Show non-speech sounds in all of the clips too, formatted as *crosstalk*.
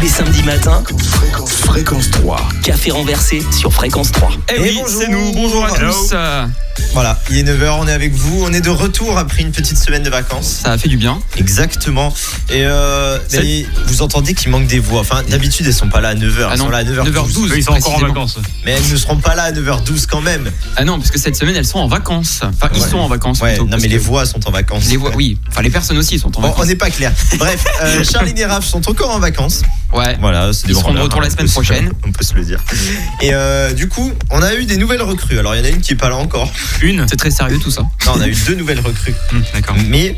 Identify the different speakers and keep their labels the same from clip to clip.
Speaker 1: les samedis matins,
Speaker 2: Fréquence, fréquence 3.
Speaker 1: café renversé sur fréquence 3.
Speaker 3: Eh
Speaker 4: Et
Speaker 3: oui,
Speaker 4: bonjour.
Speaker 3: c'est nous. Bonjour à
Speaker 4: Hello.
Speaker 3: tous. Euh,
Speaker 4: Voilà, il est 9h, on est avec vous, on est de retour après une petite semaine de vacances.
Speaker 3: Ça a fait du bien.
Speaker 4: Exactement. Et euh,
Speaker 3: C'est-
Speaker 4: d'ailleurs, vous entendez qu'il manque des voix. Enfin, d'habitude, elles sont pas là à 9h,
Speaker 3: Ah
Speaker 4: elles
Speaker 3: non,
Speaker 4: sont là à 9h12.
Speaker 3: 9h12.
Speaker 5: Eux, ils sont encore en
Speaker 3: précisément.
Speaker 5: vacances.
Speaker 4: Mais elles ne seront pas là à 9h12 quand même.
Speaker 3: Ah non, parce que cette semaine, elles sont en vacances. Enfin, ils
Speaker 4: Ouais.
Speaker 3: sont en vacances.
Speaker 4: Ouais,
Speaker 3: plutôt,
Speaker 4: non,
Speaker 3: parce
Speaker 4: mais les
Speaker 3: que
Speaker 4: voix sont en vacances.
Speaker 3: les voix, oui. Enfin, les personnes aussi sont en
Speaker 5: Oh,
Speaker 4: Bon, on
Speaker 3: vacances.
Speaker 4: n'est pas clair.
Speaker 3: *laughs*
Speaker 4: Bref, euh, Charline et Raph sont encore en vacances.
Speaker 3: Ouais.
Speaker 4: Voilà, c'est des
Speaker 3: Ils seront de
Speaker 4: branleurs,
Speaker 3: retour la
Speaker 4: hein,
Speaker 3: semaine
Speaker 4: on peut se-
Speaker 3: prochaine.
Speaker 4: *laughs* On peut se le dire. Et euh, du coup, on a eu des nouvelles recrues. Alors, il y en a une qui est pas là encore.
Speaker 5: oh, Une
Speaker 3: C'est très sérieux tout ça.
Speaker 4: Non, on a eu deux
Speaker 3: *laughs*
Speaker 4: nouvelles recrues.
Speaker 5: Hmm, D'accord.
Speaker 4: Mais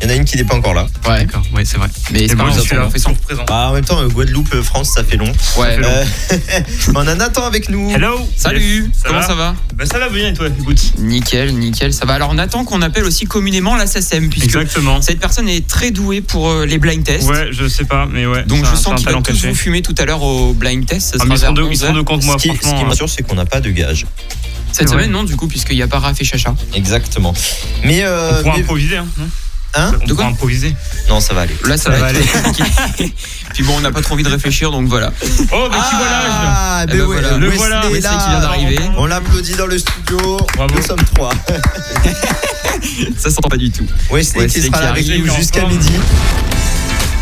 Speaker 4: il y en a une qui n'est pas encore là.
Speaker 3: Ouais.
Speaker 5: D'accord, ouais, c'est vrai.
Speaker 3: Mais c'est
Speaker 5: Et
Speaker 3: pas
Speaker 5: moi,
Speaker 3: grave,
Speaker 5: je suis
Speaker 3: on
Speaker 5: là.
Speaker 3: en fait sans.
Speaker 4: Bah, en même temps, euh, Guadeloupe, euh, France, ça fait long.
Speaker 3: Ouais.
Speaker 5: long.
Speaker 4: Euh, *laughs* on a Nathan avec nous.
Speaker 5: Hello
Speaker 3: Salut.
Speaker 5: Yes, ça
Speaker 3: Comment
Speaker 5: va
Speaker 3: ça va
Speaker 5: Bah, Ça va bien et toi Écoute.
Speaker 3: Nickel, nickel. Ça va. Alors Nathan, qu'on appelle aussi communément la SACEM, puisque
Speaker 5: Exactement.
Speaker 3: cette personne est très douée pour euh, les blind tests.
Speaker 5: Ouais, je sais pas, mais ouais.
Speaker 3: Donc je
Speaker 5: c'est un- c'est un
Speaker 3: sens qu'il va
Speaker 5: talent
Speaker 3: tous
Speaker 5: caché.
Speaker 3: vous fumer tout à l'heure au blind test. Ça
Speaker 5: Ah,
Speaker 3: sera
Speaker 5: mais ils,
Speaker 3: vers
Speaker 5: sont deux, ils
Speaker 3: 11
Speaker 5: sont deux contre moi,
Speaker 4: ce qui, ce qui
Speaker 5: franchement. euh,
Speaker 4: me rassure, c'est qu'on n'a pas de gage.
Speaker 3: Cette
Speaker 5: C'est
Speaker 3: semaine,
Speaker 5: vrai.
Speaker 3: non, du coup, puisqu'il n'y a pas Raph et Chacha.
Speaker 4: Exactement. Mais,
Speaker 5: hein.
Speaker 4: euh,
Speaker 5: On pourra
Speaker 4: mais-
Speaker 5: improviser, hein non
Speaker 4: Hein
Speaker 3: De
Speaker 5: On
Speaker 3: quoi
Speaker 5: pourra improviser.
Speaker 4: non, ça va aller.
Speaker 3: Là, ça,
Speaker 5: Ça
Speaker 3: va,
Speaker 5: va
Speaker 3: être compliqué. Puis bon, on n'a pas trop envie de réfléchir, donc voilà.
Speaker 5: Oh, bah qui voilà
Speaker 4: Ah,
Speaker 3: Eh
Speaker 4: ben
Speaker 3: ben
Speaker 4: ouais,
Speaker 3: voilà.
Speaker 5: Le
Speaker 4: Wesley
Speaker 5: voilà,
Speaker 4: est
Speaker 5: Wesley
Speaker 4: là.
Speaker 3: qui vient d'arriver.
Speaker 4: On l'applaudit dans le studio.
Speaker 5: Bravo.
Speaker 4: Nous sommes trois.
Speaker 3: Ça s'entend pas du tout.
Speaker 4: Wesley,
Speaker 3: Wesley
Speaker 4: qui sera
Speaker 3: qui
Speaker 4: là avec
Speaker 5: arrive,
Speaker 4: nous
Speaker 5: il est
Speaker 4: jusqu'à
Speaker 5: en forme.
Speaker 4: midi.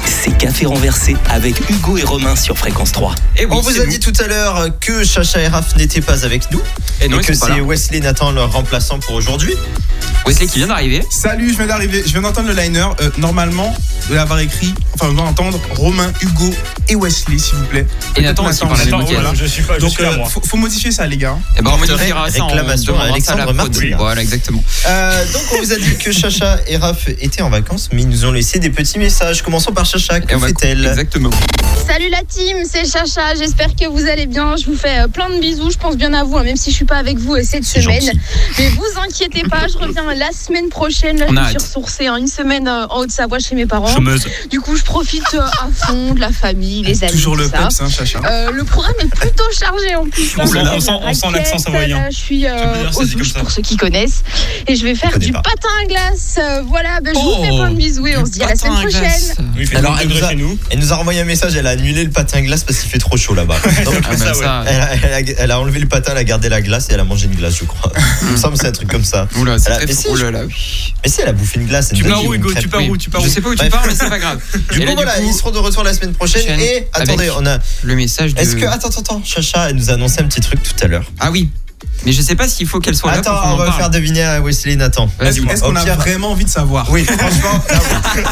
Speaker 1: C'est café renversé avec Hugo et Romain sur fréquence 3.
Speaker 3: Et oui,
Speaker 4: On vous
Speaker 3: c'est
Speaker 4: a
Speaker 3: nous.
Speaker 4: dit tout à l'heure que Chacha et Raph n'étaient pas avec nous
Speaker 3: Et non,
Speaker 4: et
Speaker 3: ben ils
Speaker 4: que
Speaker 3: sont pas
Speaker 4: c'est
Speaker 3: là.
Speaker 4: Wesley Nathan leur remplaçant pour aujourd'hui.
Speaker 3: Wesley qui vient d'arriver.
Speaker 6: Salut, je viens d'arriver, je viens d'entendre le liner. Euh, normalement, de l'avoir écrit, enfin, on va entendre Romain, Hugo et Wesley, s'il vous plaît.
Speaker 3: Et Nathan aussi
Speaker 6: Nathan,
Speaker 3: par la même
Speaker 6: Nathan,
Speaker 3: occasion.
Speaker 6: voilà.
Speaker 5: Je suis pas, je
Speaker 6: Donc,
Speaker 5: suis là,
Speaker 6: euh,
Speaker 5: moi.
Speaker 6: faut, faut modifier ça, les gars. hein.
Speaker 3: Et ben, on
Speaker 4: Porterait
Speaker 3: modifiera ça en
Speaker 4: réclamation à
Speaker 3: demandera ça
Speaker 4: Alexandre
Speaker 3: la prod.
Speaker 4: Martin.
Speaker 3: Voilà, exactement.
Speaker 4: Euh, donc, on vous a dit que Chacha et Raph étaient en vacances, mais ils nous ont laissé des petits messages. Commençons par Chacha.
Speaker 3: Et
Speaker 4: Que
Speaker 3: on va-
Speaker 4: fait-elle
Speaker 3: Exactement.
Speaker 7: Salut la team, c'est Chacha, j'espère que vous allez bien, je vous fais euh, plein de bisous, je pense bien à vous, hein, même si je suis pas avec vous euh, cette
Speaker 4: C'est
Speaker 7: semaine.
Speaker 4: gentil.
Speaker 7: Mais vous inquiétez pas, je reviens la semaine prochaine, là
Speaker 3: On
Speaker 7: je
Speaker 3: a
Speaker 7: me suis
Speaker 3: hâte.
Speaker 7: ressourcée, hein, une semaine euh, en Haute-Savoie chez mes parents.
Speaker 5: Chômeuse.
Speaker 7: Du coup je profite euh, à fond de la famille, les amis,
Speaker 6: Toujours
Speaker 7: tout
Speaker 6: le
Speaker 7: Bah, ça.
Speaker 6: peps, hein, Chacha.
Speaker 7: Euh, le programme est plutôt chargé en plus.
Speaker 5: On sent-
Speaker 7: Là,
Speaker 5: on sent- on sent l'accent savoyen.
Speaker 7: là, Je suis euh,
Speaker 5: Ça veut dire ça,
Speaker 7: aux
Speaker 5: c'est comme
Speaker 7: douches
Speaker 5: ça.
Speaker 7: pour ceux qui connaissent. Et je vais faire
Speaker 4: connais
Speaker 7: du
Speaker 4: pas.
Speaker 7: patin à glace. Euh, voilà, ben, je
Speaker 3: Oh,
Speaker 7: vous fais plein de bisous et on se dit à la semaine
Speaker 3: Attends,
Speaker 7: prochaine.
Speaker 3: Glace.
Speaker 5: Il fait
Speaker 4: Alors,
Speaker 5: 30
Speaker 4: elle nous
Speaker 5: degrés
Speaker 4: a-
Speaker 5: chez nous.
Speaker 4: Elle nous a renvoyé un message, elle a annulé le patin glace parce qu'il fait trop chaud là-bas. Donc,
Speaker 3: Ah, bah,
Speaker 5: Ça, *laughs* ouais.
Speaker 3: ça,
Speaker 4: elle, a, elle a- elle a enlevé le patin, elle a gardé la glace et elle a mangé une glace, je
Speaker 5: *laughs*
Speaker 4: crois. Il me semble que c'est un truc comme ça.
Speaker 3: Oula, oh c'est
Speaker 4: Elle a-
Speaker 3: très
Speaker 4: mais si,
Speaker 3: fou.
Speaker 4: je-
Speaker 3: Oulala, oui.
Speaker 4: Mais si, elle a bouffé une glace. elle
Speaker 5: Tu
Speaker 4: nous a
Speaker 5: pars
Speaker 4: dit
Speaker 5: où,
Speaker 4: une
Speaker 5: Hugo Tu
Speaker 4: crêpe.
Speaker 5: pars
Speaker 3: Oui.
Speaker 5: où Tu pars
Speaker 3: Je
Speaker 5: où
Speaker 3: sais pas où tu
Speaker 4: Bref.
Speaker 3: pars, mais c'est pas grave.
Speaker 4: Du
Speaker 3: Et
Speaker 4: coup,
Speaker 3: là,
Speaker 4: voilà, ils seront de retour la semaine prochaine.
Speaker 3: Prochaine,
Speaker 4: Et attendez,
Speaker 3: avec-
Speaker 4: on a.
Speaker 3: le message de.
Speaker 4: Est-ce que. Attends, attends, attends. Chacha, elle nous a annoncé un petit truc tout à l'heure.
Speaker 3: Ah oui. Mais je sais pas s'il faut qu'elle soit là.
Speaker 4: Attends,
Speaker 3: pour qu'on
Speaker 4: on
Speaker 3: en
Speaker 4: va
Speaker 3: parle.
Speaker 4: faire deviner à Wesley et Nathan.
Speaker 3: Vas-y,
Speaker 6: Est-ce
Speaker 3: moi.
Speaker 6: est-ce qu'on
Speaker 4: Au
Speaker 6: a
Speaker 4: pire-
Speaker 6: vraiment envie de savoir
Speaker 4: Oui, franchement. là, oui.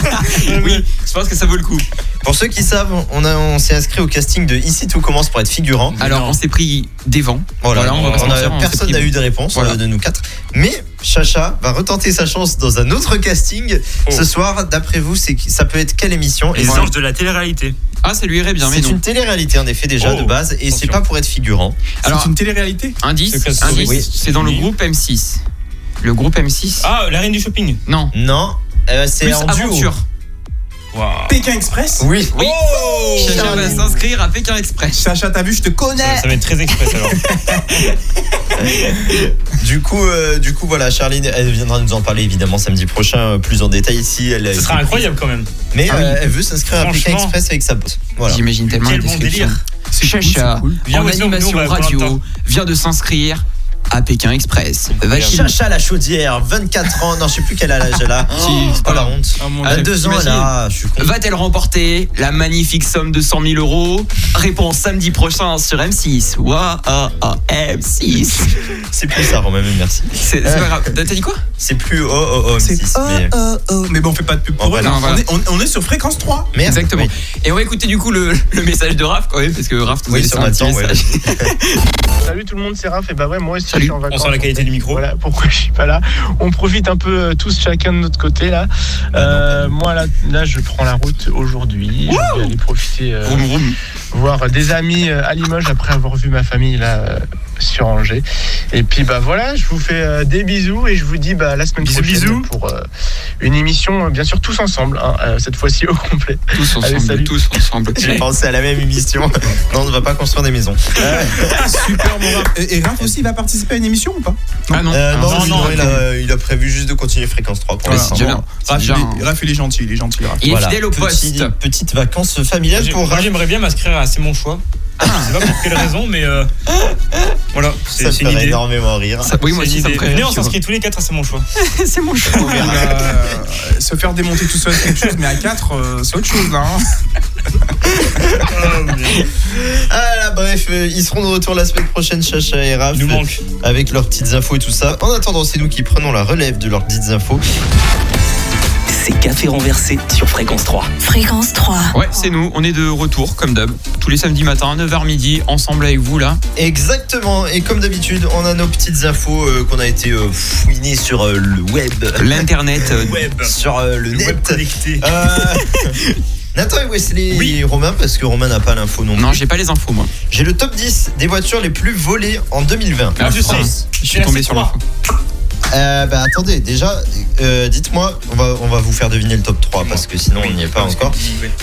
Speaker 3: Oui, je pense que ça vaut le coup.
Speaker 4: *laughs* Pour ceux qui savent, on, a- on s'est inscrit au casting de Ici tout commence pour être figurant.
Speaker 3: Alors, on s'est pris des vents.
Speaker 4: Voilà,
Speaker 3: Voilà, on va pas se
Speaker 4: Oh on a-
Speaker 3: mentir, on s'est
Speaker 4: personne
Speaker 3: pris
Speaker 4: n'a
Speaker 3: bon.
Speaker 4: eu de réponse
Speaker 3: Voilà.
Speaker 4: euh, de nous quatre. Mais Chacha va retenter sa chance dans un autre casting
Speaker 5: Oh.
Speaker 4: ce soir. D'après vous, c'est qui- ça peut être quelle émission Et
Speaker 5: Les
Speaker 4: c'est-
Speaker 5: anges de la télé-réalité.
Speaker 3: Ah, ça lui irait bien, mais
Speaker 4: C'est
Speaker 3: non.
Speaker 4: une télé-réalité en effet déjà
Speaker 5: Oh,
Speaker 4: de base et c'est
Speaker 5: attention.
Speaker 4: pas pour être figurant.
Speaker 3: Alors,
Speaker 6: C'est une télé-réalité
Speaker 3: indice,
Speaker 5: C'est que-
Speaker 3: indice,
Speaker 4: oui.
Speaker 3: c'est dans le groupe M6. Le groupe M6
Speaker 5: Ah, la reine du shopping.
Speaker 3: Non.
Speaker 4: Non, euh, c'est
Speaker 3: Plus
Speaker 4: en duo.
Speaker 3: aventure.
Speaker 5: Waouh.
Speaker 6: Pékin Express
Speaker 4: Oui.
Speaker 3: Oui.
Speaker 5: Oh
Speaker 3: Chacun va s'inscrire à Pékin Express.
Speaker 6: Chacha, t'as vu, je te
Speaker 5: Ça
Speaker 6: connais
Speaker 5: ça va être très express
Speaker 3: *laughs*
Speaker 5: alors.
Speaker 4: Du coup, euh, du coup, voilà, Charline, elle viendra nous en parler évidemment samedi prochain, euh, plus en détail ici. Elle,
Speaker 5: Ce
Speaker 4: elle-
Speaker 5: sera incroyable quand même.
Speaker 4: Mais
Speaker 3: Ah oui.
Speaker 4: euh, elle veut s'inscrire à Pékin
Speaker 5: Franchement.
Speaker 4: Express avec sa pote. Voilà.
Speaker 3: J'imagine tellement
Speaker 5: Quel
Speaker 3: la
Speaker 5: bon
Speaker 3: description.
Speaker 5: délire.
Speaker 3: Chacha,
Speaker 5: Viens
Speaker 3: en
Speaker 5: Wesley, on- nous, on
Speaker 3: animation
Speaker 5: va avoir un temps.
Speaker 3: radio, vient de s'inscrire à Pékin Express. Va-t-il
Speaker 4: Chacha la chaudière, 24 ans, non, je sais plus quel âge elle a. Oh, oh, la honte.
Speaker 5: Oh, mon
Speaker 3: Ah,
Speaker 5: Dieu.
Speaker 4: 22 ans,
Speaker 3: t'imagines
Speaker 4: là, je suis con.
Speaker 3: Va-t-elle remporter la magnifique somme de 100 000 euros Réponse samedi prochain sur M6. Waouh, ah, M6.
Speaker 4: C'est plus ça, Romain, mais merci.
Speaker 3: C'est c'est pas
Speaker 5: Euh,
Speaker 3: grave. T'as dit quoi
Speaker 4: C'est plus oh oh oh,
Speaker 6: C'est
Speaker 4: M6, mais-
Speaker 6: oh, oh, oh. Mais bon, on fait pas de pub
Speaker 4: Oh,
Speaker 6: pour
Speaker 4: bah
Speaker 6: eux,
Speaker 3: non,
Speaker 6: là.
Speaker 3: voilà.
Speaker 6: on, est, on- on est sur fréquence 3.
Speaker 4: Merde.
Speaker 3: Exactement.
Speaker 4: Oui.
Speaker 3: Et on va écouter du coup le, le message de Raph quand même, parce que Raph nous a
Speaker 4: Oui,
Speaker 3: laissé
Speaker 4: sur
Speaker 3: un
Speaker 4: Nathan,
Speaker 3: petit
Speaker 4: ouais.
Speaker 3: message.
Speaker 8: Salut tout le monde, c'est Raph. Et bah ouais, moi aussi
Speaker 3: Salut.
Speaker 8: je suis en
Speaker 5: On
Speaker 8: vacances.
Speaker 5: sent la qualité du micro.
Speaker 8: Voilà pourquoi je suis pas là. On profite un peu euh, tous chacun de notre côté là. Euh, moi là, là, je prends la route aujourd'hui. Je vais aller profiter, euh,
Speaker 3: Vroom, vroom.
Speaker 8: voir des amis euh, à Limoges après avoir vu ma famille là euh, sur Angers. Et puis bah voilà, je vous fais euh, des bisous et je vous dis bah, à la semaine
Speaker 5: Bisous,
Speaker 8: prochaine
Speaker 5: bisous.
Speaker 8: pour euh, une émission, euh, bien sûr tous ensemble, hein, euh, cette fois-ci au complet.
Speaker 3: Tous ensemble,
Speaker 8: Allez, salut.
Speaker 3: tous ensemble.
Speaker 4: J'ai pensé à la même émission. Non, on ne va pas construire des maisons.
Speaker 6: Super, mon Raph. Et, et Raph aussi, il va participer à une émission ou pas
Speaker 3: Ah non.
Speaker 4: Euh, non,
Speaker 5: non,
Speaker 4: sinon,
Speaker 5: non,
Speaker 4: il, a, il a prévu juste de continuer fréquence 3 pour
Speaker 3: Mais
Speaker 4: l'instant.
Speaker 3: c'est déjà bien. C'est
Speaker 6: Raph, il
Speaker 3: déjà un-
Speaker 5: euh,
Speaker 6: est- Raph, il est gentil, il est gentil, Raph.
Speaker 3: Il est
Speaker 4: Voilà.
Speaker 3: fidèle au
Speaker 4: Petit-
Speaker 3: poste.
Speaker 4: Petite vacances familiales
Speaker 5: J'ai-
Speaker 4: pour
Speaker 5: Moi,
Speaker 4: Raph.
Speaker 5: j'aimerais bien m'inscrire à C'est mon choix.
Speaker 4: Ah.
Speaker 5: Je sais pas pour quelle raison, mais euh, voilà, c'est
Speaker 4: Ça me
Speaker 5: c'est une
Speaker 4: ferait
Speaker 5: idée.
Speaker 4: énormément rire.
Speaker 3: Ça- oui, moi
Speaker 5: C'est
Speaker 3: aussi,
Speaker 5: une
Speaker 3: ça me
Speaker 5: idée.
Speaker 3: ferait
Speaker 5: Venez,
Speaker 3: rire,
Speaker 5: on
Speaker 3: tu vois.
Speaker 5: s'inscrit tous les quatre à C'est mon choix.
Speaker 3: C'est mon choix.
Speaker 6: Il va, euh, *laughs* se faire démonter tout seul, c'est quelque chose, mais à 4, c'est autre chose là. hein.
Speaker 4: Ah là, bref, euh, ils seront de retour la semaine prochaine, Chacha et Raph.
Speaker 5: Nous manque.
Speaker 4: Avec leurs petites infos et tout ça. En attendant, c'est nous qui prenons la relève de leurs petites infos.
Speaker 1: C'est Café renversé sur Fréquence 3.
Speaker 9: Fréquence 3.
Speaker 3: Ouais, c'est nous, on est de retour comme d'hab, tous les samedis matins, 9h midi, ensemble avec vous là.
Speaker 4: Exactement, et comme d'habitude, on a nos petites infos euh, qu'on a été euh, fouinées sur euh, le web,
Speaker 3: L'internet, euh,
Speaker 5: Web.
Speaker 4: sur euh, le
Speaker 5: Le
Speaker 4: net.
Speaker 5: web connecté.
Speaker 4: Euh,
Speaker 5: *laughs*
Speaker 4: Nathan et Wesley et Romain, parce que Romain n'a pas l'info non,
Speaker 3: non,
Speaker 4: plus.
Speaker 3: j'ai pas les infos moi.
Speaker 4: J'ai le top 10 des voitures les plus volées en 2020.
Speaker 5: Ah, je
Speaker 3: putain,
Speaker 5: sais.
Speaker 3: je suis tombé sur l'info.
Speaker 4: Euh, bah attendez, déjà, euh, dites-moi, on va, on va vous faire deviner le top 3 parce que sinon on n'y est pas encore.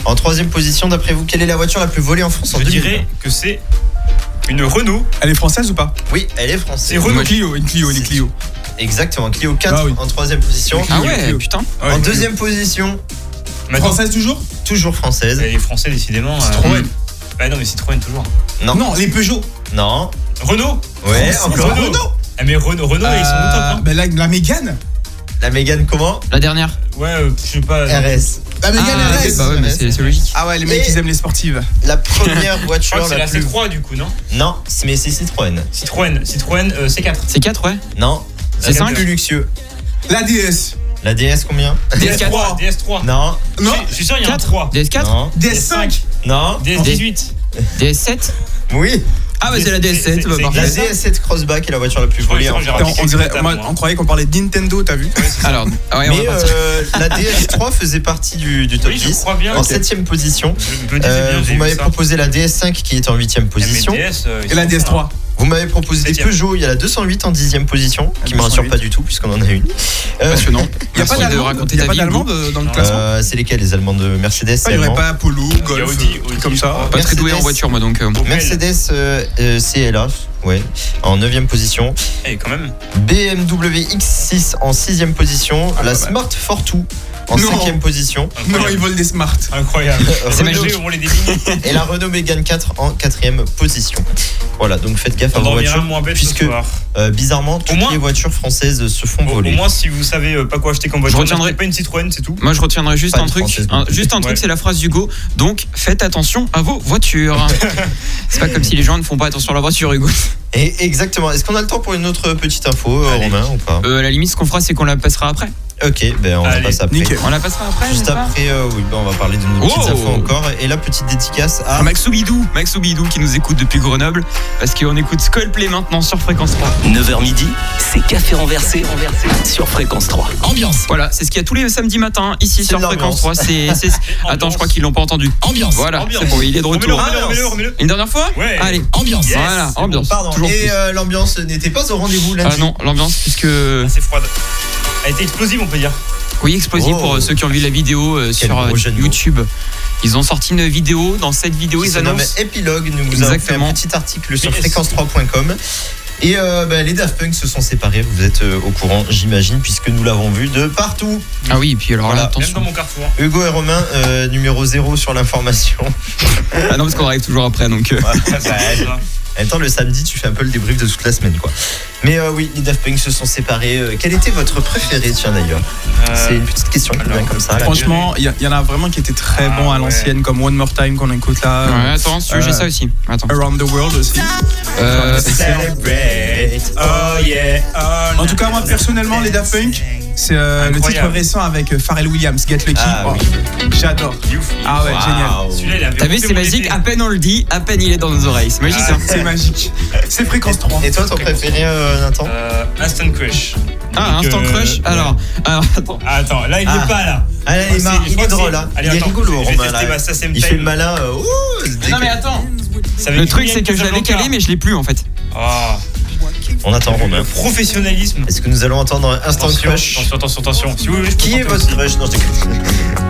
Speaker 4: En troisième position, d'après vous, quelle est la voiture la plus volée en France en
Speaker 5: Je
Speaker 4: 2020
Speaker 5: dirais que c'est une Renault.
Speaker 6: Elle est française ou pas
Speaker 4: Oui, elle est française.
Speaker 5: C'est Renault.
Speaker 3: Moi,
Speaker 6: Clio, une Clio, une Clio.
Speaker 4: Exactement, Clio 4
Speaker 6: Ah oui.
Speaker 4: en troisième position.
Speaker 3: Ah ouais, putain.
Speaker 5: Ouais,
Speaker 4: en
Speaker 5: oui.
Speaker 4: deuxième position,
Speaker 5: Maintenant,
Speaker 6: Française toujours
Speaker 4: toujours française.
Speaker 5: les Français, décidément. euh,
Speaker 6: Citroën.
Speaker 5: Bah non, mais Citroën toujours.
Speaker 4: Non.
Speaker 6: Non, les Peugeot.
Speaker 4: Non.
Speaker 5: Renault
Speaker 4: Ouais,
Speaker 5: Française,
Speaker 4: encore
Speaker 5: Renault.
Speaker 4: Renault.
Speaker 5: Ah, mais Renault, Renault ils sont au
Speaker 6: Euh,
Speaker 5: top.
Speaker 6: ben, la, la Mégane.
Speaker 4: La Mégane comment
Speaker 3: La dernière.
Speaker 5: Hein. Ouais, euh, je sais pas. euh,
Speaker 4: RS.
Speaker 6: La Mégane
Speaker 3: Ah,
Speaker 6: RS.
Speaker 3: ouais, bah ouais, mais c'est c'est logique.
Speaker 6: Ah ouais, les mecs,
Speaker 4: Et-
Speaker 6: ils aiment les sportives.
Speaker 4: La première
Speaker 5: *laughs* Je crois
Speaker 4: voiture
Speaker 5: que c'est
Speaker 4: la
Speaker 5: la
Speaker 4: plus.
Speaker 5: C3 du coup, non
Speaker 4: Non, c'est- mais c'est Citroën.
Speaker 5: Citroën, Citroën euh, C4.
Speaker 3: C'est 4, ouais.
Speaker 4: Non.
Speaker 3: C'est
Speaker 4: La
Speaker 3: cinq
Speaker 4: plus luxueux.
Speaker 6: La DS.
Speaker 4: La DS combien
Speaker 3: DS4.
Speaker 5: DS3.
Speaker 4: Non.
Speaker 6: Non.
Speaker 5: Je suis sûr, il y a un
Speaker 3: Quatre.
Speaker 5: 3.
Speaker 3: DS4
Speaker 4: Non.
Speaker 6: DS5.
Speaker 4: Non.
Speaker 5: DS18.
Speaker 3: DS7
Speaker 4: Oui.
Speaker 3: Ah, bah c'est la
Speaker 5: C'est-
Speaker 3: DS7, bah
Speaker 5: c'est-
Speaker 4: La
Speaker 3: parfait.
Speaker 5: c'est-
Speaker 4: DS7 Crossback est la voiture la plus
Speaker 5: Je crois que
Speaker 4: volée
Speaker 5: c'est
Speaker 4: en
Speaker 5: en
Speaker 4: France.
Speaker 5: général.
Speaker 6: Attends, on, dirait,
Speaker 5: Quatre,
Speaker 6: moi,
Speaker 5: moi.
Speaker 6: on croyait qu'on parlait de Nintendo, t'as vu
Speaker 3: Alors, ouais, on
Speaker 4: Mais
Speaker 3: va partir.
Speaker 4: euh, la
Speaker 5: *laughs*
Speaker 4: DS3 faisait partie du, du top
Speaker 5: Oui, je
Speaker 4: 10.
Speaker 5: crois bien.
Speaker 4: En
Speaker 5: Ok.
Speaker 4: septième position,
Speaker 5: Je me disais
Speaker 4: Euh,
Speaker 5: bien, j'ai
Speaker 4: vous
Speaker 5: vu
Speaker 4: m'avez
Speaker 5: ça.
Speaker 4: proposé la DS5 qui est en huitième position.
Speaker 5: Mais DS, euh, ils
Speaker 6: Et la
Speaker 5: sont forts, hein.
Speaker 6: DS3.
Speaker 4: Vous m'avez proposé des
Speaker 5: Septième.
Speaker 4: Peugeot, il y a la 208 en dixième position, qui me
Speaker 6: 208.
Speaker 4: rassure pas du tout puisqu'on en a une. Euh,
Speaker 3: Passionnant.
Speaker 6: Y a pas
Speaker 3: Merci de
Speaker 6: d'allemande
Speaker 3: raconter
Speaker 6: y a
Speaker 3: ta
Speaker 6: pas
Speaker 3: vie. Hugo.
Speaker 6: d'allemande euh, dans le
Speaker 5: Non.
Speaker 6: classement
Speaker 4: euh, c'est lesquels les Allemands de Mercedes
Speaker 6: Il y aurait
Speaker 4: allemands
Speaker 6: pas Polo,
Speaker 5: Ah, Il y a
Speaker 6: Golf,
Speaker 5: Audi,
Speaker 6: euh,
Speaker 5: Audi,
Speaker 6: comme
Speaker 5: je
Speaker 6: ça.
Speaker 5: crois.
Speaker 3: Pas très doué en
Speaker 4: Mercedes.
Speaker 3: voiture, moi donc. euh,
Speaker 5: Opel.
Speaker 4: Mercedes euh, euh, CLA, ouais, en 9 position.
Speaker 5: Eh, quand même.
Speaker 4: BMW X6 en 6 position.
Speaker 5: Ah,
Speaker 4: la Smart Fortwo en
Speaker 6: Non.
Speaker 4: 5
Speaker 5: *laughs*
Speaker 4: position.
Speaker 6: Non, ils
Speaker 5: Incroyable.
Speaker 6: volent des Smart.
Speaker 5: Incroyable.
Speaker 4: Euh, C'est
Speaker 5: Euh, Renault,
Speaker 3: magique.
Speaker 5: On les désigne.
Speaker 4: Et la Renault Mégane 4 en 4 position. Voilà, donc faites gaffe à
Speaker 5: On
Speaker 4: vos
Speaker 5: dormira
Speaker 4: voitures.
Speaker 5: moins bête
Speaker 4: puisque-
Speaker 5: ce soir.
Speaker 4: Euh, bizarrement, toutes
Speaker 5: moins-
Speaker 4: les voitures françaises se font
Speaker 5: Au au
Speaker 4: voler.
Speaker 5: moins, si vous savez euh, pas quoi acheter comme voiture,
Speaker 3: retiendrai.
Speaker 5: n'achetez pas une Citroën, c'est tout.
Speaker 3: Moi, je retiendrai juste
Speaker 4: Pas
Speaker 3: un
Speaker 4: de
Speaker 3: truc.
Speaker 4: française
Speaker 3: un-
Speaker 4: non plus.
Speaker 3: juste un truc,
Speaker 5: Ouais.
Speaker 3: c'est la phrase d'Hugo. Donc, faites attention à vos
Speaker 4: *laughs*
Speaker 3: voitures. c'est pas comme si les gens ne font pas attention à leur voiture, Hugo.
Speaker 4: Et exactement. Est-ce qu'on a le temps pour une autre petite info, euh,
Speaker 5: Allez.
Speaker 4: Romain, ou pas
Speaker 3: Euh, à la limite, ce qu'on fera, c'est qu'on la passera après.
Speaker 4: Ok, ben on
Speaker 5: Allez,
Speaker 4: passe après.
Speaker 6: nickel.
Speaker 3: On la passera après,
Speaker 4: Juste
Speaker 3: n'est-ce pas
Speaker 4: après, euh, oui, ben, on va parler de nos
Speaker 5: Oh.
Speaker 4: petites
Speaker 3: Wow.
Speaker 4: infos encore. Et la petite dédicace à.
Speaker 3: Max Oubidou, Max Oubidou qui nous écoute depuis Grenoble, parce qu'on écoute Coldplay maintenant sur Fréquence 3.
Speaker 1: 9h midi, c'est Café renversé sur Fréquence 3.
Speaker 10: Ambiance,
Speaker 3: Voilà, c'est ce qu'il y a tous les samedis matins ici
Speaker 4: C'est
Speaker 3: sur
Speaker 4: de
Speaker 3: Fréquence
Speaker 4: l'ambiance.
Speaker 3: 3. C'est,
Speaker 4: *laughs*
Speaker 3: c'est- Attends, je crois qu'ils l'ont pas entendu.
Speaker 10: ambiance,
Speaker 3: Voilà,
Speaker 5: Ambiance.
Speaker 3: c'est bon, il est de
Speaker 5: Remets-le,
Speaker 3: retour.
Speaker 5: remets-le, remets-le, remets-le.
Speaker 3: Une dernière fois
Speaker 5: Ouais.
Speaker 3: Allez,
Speaker 10: ambiance,
Speaker 5: Yes.
Speaker 3: voilà, ambiance.
Speaker 4: Pardon.
Speaker 3: toujours
Speaker 4: Et
Speaker 3: plus.
Speaker 4: euh, l'ambiance n'était pas au rendez-vous lundi.
Speaker 3: Ah non, l'ambiance, puisque.
Speaker 5: C'est froide. Elle était explosive, on peut dire.
Speaker 3: Oui, explosive
Speaker 4: Oh.
Speaker 3: pour euh, ceux qui ont vu la vidéo euh, sur
Speaker 4: gros
Speaker 3: euh,
Speaker 4: jeu de mots.
Speaker 3: YouTube. Ils ont sorti une vidéo. Dans cette vidéo,
Speaker 4: Qui
Speaker 3: ils
Speaker 4: se nomme
Speaker 3: annoncent.
Speaker 4: Épilogue. Nous vous avons
Speaker 3: Exactement.
Speaker 4: fait un petit article sur
Speaker 5: Yes.
Speaker 4: fréquence3.com. Et euh, ben, les Daft Punk se sont séparés. Vous êtes euh, au courant, j'imagine, puisque nous l'avons vu de partout.
Speaker 3: Ah oui, et puis alors
Speaker 4: Voilà,
Speaker 3: là,
Speaker 5: Même dans
Speaker 3: attention.
Speaker 5: mon carrefour.
Speaker 4: Hugo et Romain, euh, numéro 0 sur l'information. *laughs*
Speaker 3: Ah non, parce qu'on arrive toujours après, donc. euh,
Speaker 5: Ouais, ça hein. va.
Speaker 4: En même temps, le samedi, tu fais un peu le débrief de toute la semaine, quoi. Mais euh, oui, les Daft Punk se sont séparés. Euh, Quel était votre préféré, tiens, d'ailleurs C'est
Speaker 5: Euh,
Speaker 4: une petite question qui
Speaker 5: alors,
Speaker 4: vient comme ça. là.
Speaker 6: Franchement, il y, a- y en a vraiment qui étaient très
Speaker 5: Ah
Speaker 6: bons à
Speaker 5: ouais.
Speaker 6: l'ancienne, comme One More Time qu'on écoute là.
Speaker 3: ouais,
Speaker 6: euh,
Speaker 3: attends, si tu veux, j'ai
Speaker 6: Euh.
Speaker 3: ça aussi. Attends.
Speaker 6: Around the World aussi.
Speaker 3: Euh,
Speaker 4: Celebrate.
Speaker 5: Oh yeah.
Speaker 6: En tout cas, moi personnellement, les Daft Punk, c'est euh, le
Speaker 5: Incroyable.
Speaker 6: titre récent avec euh, Pharrell Williams, Get Lucky.
Speaker 4: Ah
Speaker 6: Oh, J'adore. Ah ouais, génial.
Speaker 4: Waouh.
Speaker 5: Celui-là, il avait
Speaker 3: T'as vu,
Speaker 5: monté
Speaker 3: c'est
Speaker 5: mon
Speaker 3: magique.
Speaker 5: été.
Speaker 3: À peine on le dit, à peine il est dans nos oreilles. C'est magique,
Speaker 5: Ah,
Speaker 3: hein.
Speaker 6: C'est magique. C'est fréquence 3.
Speaker 4: Et toi, ton préféré, euh, Nathan
Speaker 5: Euh, Instant Crush.
Speaker 3: Ah,
Speaker 5: Donc,
Speaker 3: instant
Speaker 5: euh,
Speaker 3: crush.
Speaker 5: ouais.
Speaker 3: Alors, alors, attends.
Speaker 5: Ah, attends, là, il n'est
Speaker 4: Ah.
Speaker 5: pas là.
Speaker 4: Allez,
Speaker 5: Je
Speaker 4: il,
Speaker 5: crois
Speaker 4: marre,
Speaker 5: que c'est-
Speaker 4: il est drôle,
Speaker 5: c'est-
Speaker 4: hein.
Speaker 5: Allez,
Speaker 4: il est
Speaker 5: attends,
Speaker 4: rigolo,
Speaker 5: je vais
Speaker 4: Romain,
Speaker 5: tester
Speaker 4: là.
Speaker 5: ma Sassem
Speaker 4: Il fait
Speaker 5: Time.
Speaker 4: le malin. euh, ouh, dès
Speaker 3: Ah, Non,
Speaker 4: que-
Speaker 3: mais attends.
Speaker 5: Ça avait
Speaker 3: Le
Speaker 5: été
Speaker 3: truc,
Speaker 5: bien
Speaker 3: c'est que je l'avais
Speaker 5: Casablanca.
Speaker 3: calé, mais je l'ai plus en fait.
Speaker 5: Ah,
Speaker 4: On attend Romain.
Speaker 5: le professionnalisme.
Speaker 4: Est-ce que nous allons entendre Instant
Speaker 5: Attention,
Speaker 4: Crush
Speaker 5: attention, attention, attention. Si oui, oui, je peux
Speaker 4: Qui est
Speaker 5: tenter
Speaker 4: votre
Speaker 5: aussi.
Speaker 4: crush Non, je déconne.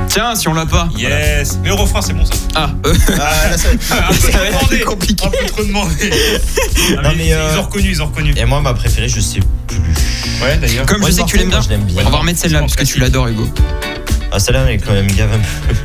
Speaker 3: Tiens, si on l'a pas.
Speaker 5: Yes. Mais au refrain, c'est bon ça.
Speaker 3: Ah, euh,
Speaker 4: Ah, là, ça va être-
Speaker 5: Ah, un peu
Speaker 3: ça
Speaker 5: trop
Speaker 3: va être
Speaker 5: demandé.
Speaker 3: plus compliqué.
Speaker 5: Un peu trop demandé. Ah,
Speaker 4: Non, mais,
Speaker 5: ils,
Speaker 4: euh,
Speaker 5: ils ont reconnu, ils ont reconnu.
Speaker 4: *laughs* Et moi, ma préférée, je sais.
Speaker 5: Ouais, d'ailleurs.
Speaker 3: Comme
Speaker 4: Moi,
Speaker 3: je sais
Speaker 4: les
Speaker 3: que tu l'aimes
Speaker 4: enfants,
Speaker 3: bien,
Speaker 4: moi, Je l'aime
Speaker 3: on
Speaker 4: bien.
Speaker 3: va remettre celle-là parce que tu l'adores, Hugo.
Speaker 4: Ah, celle-là, elle est quand même gave un peu.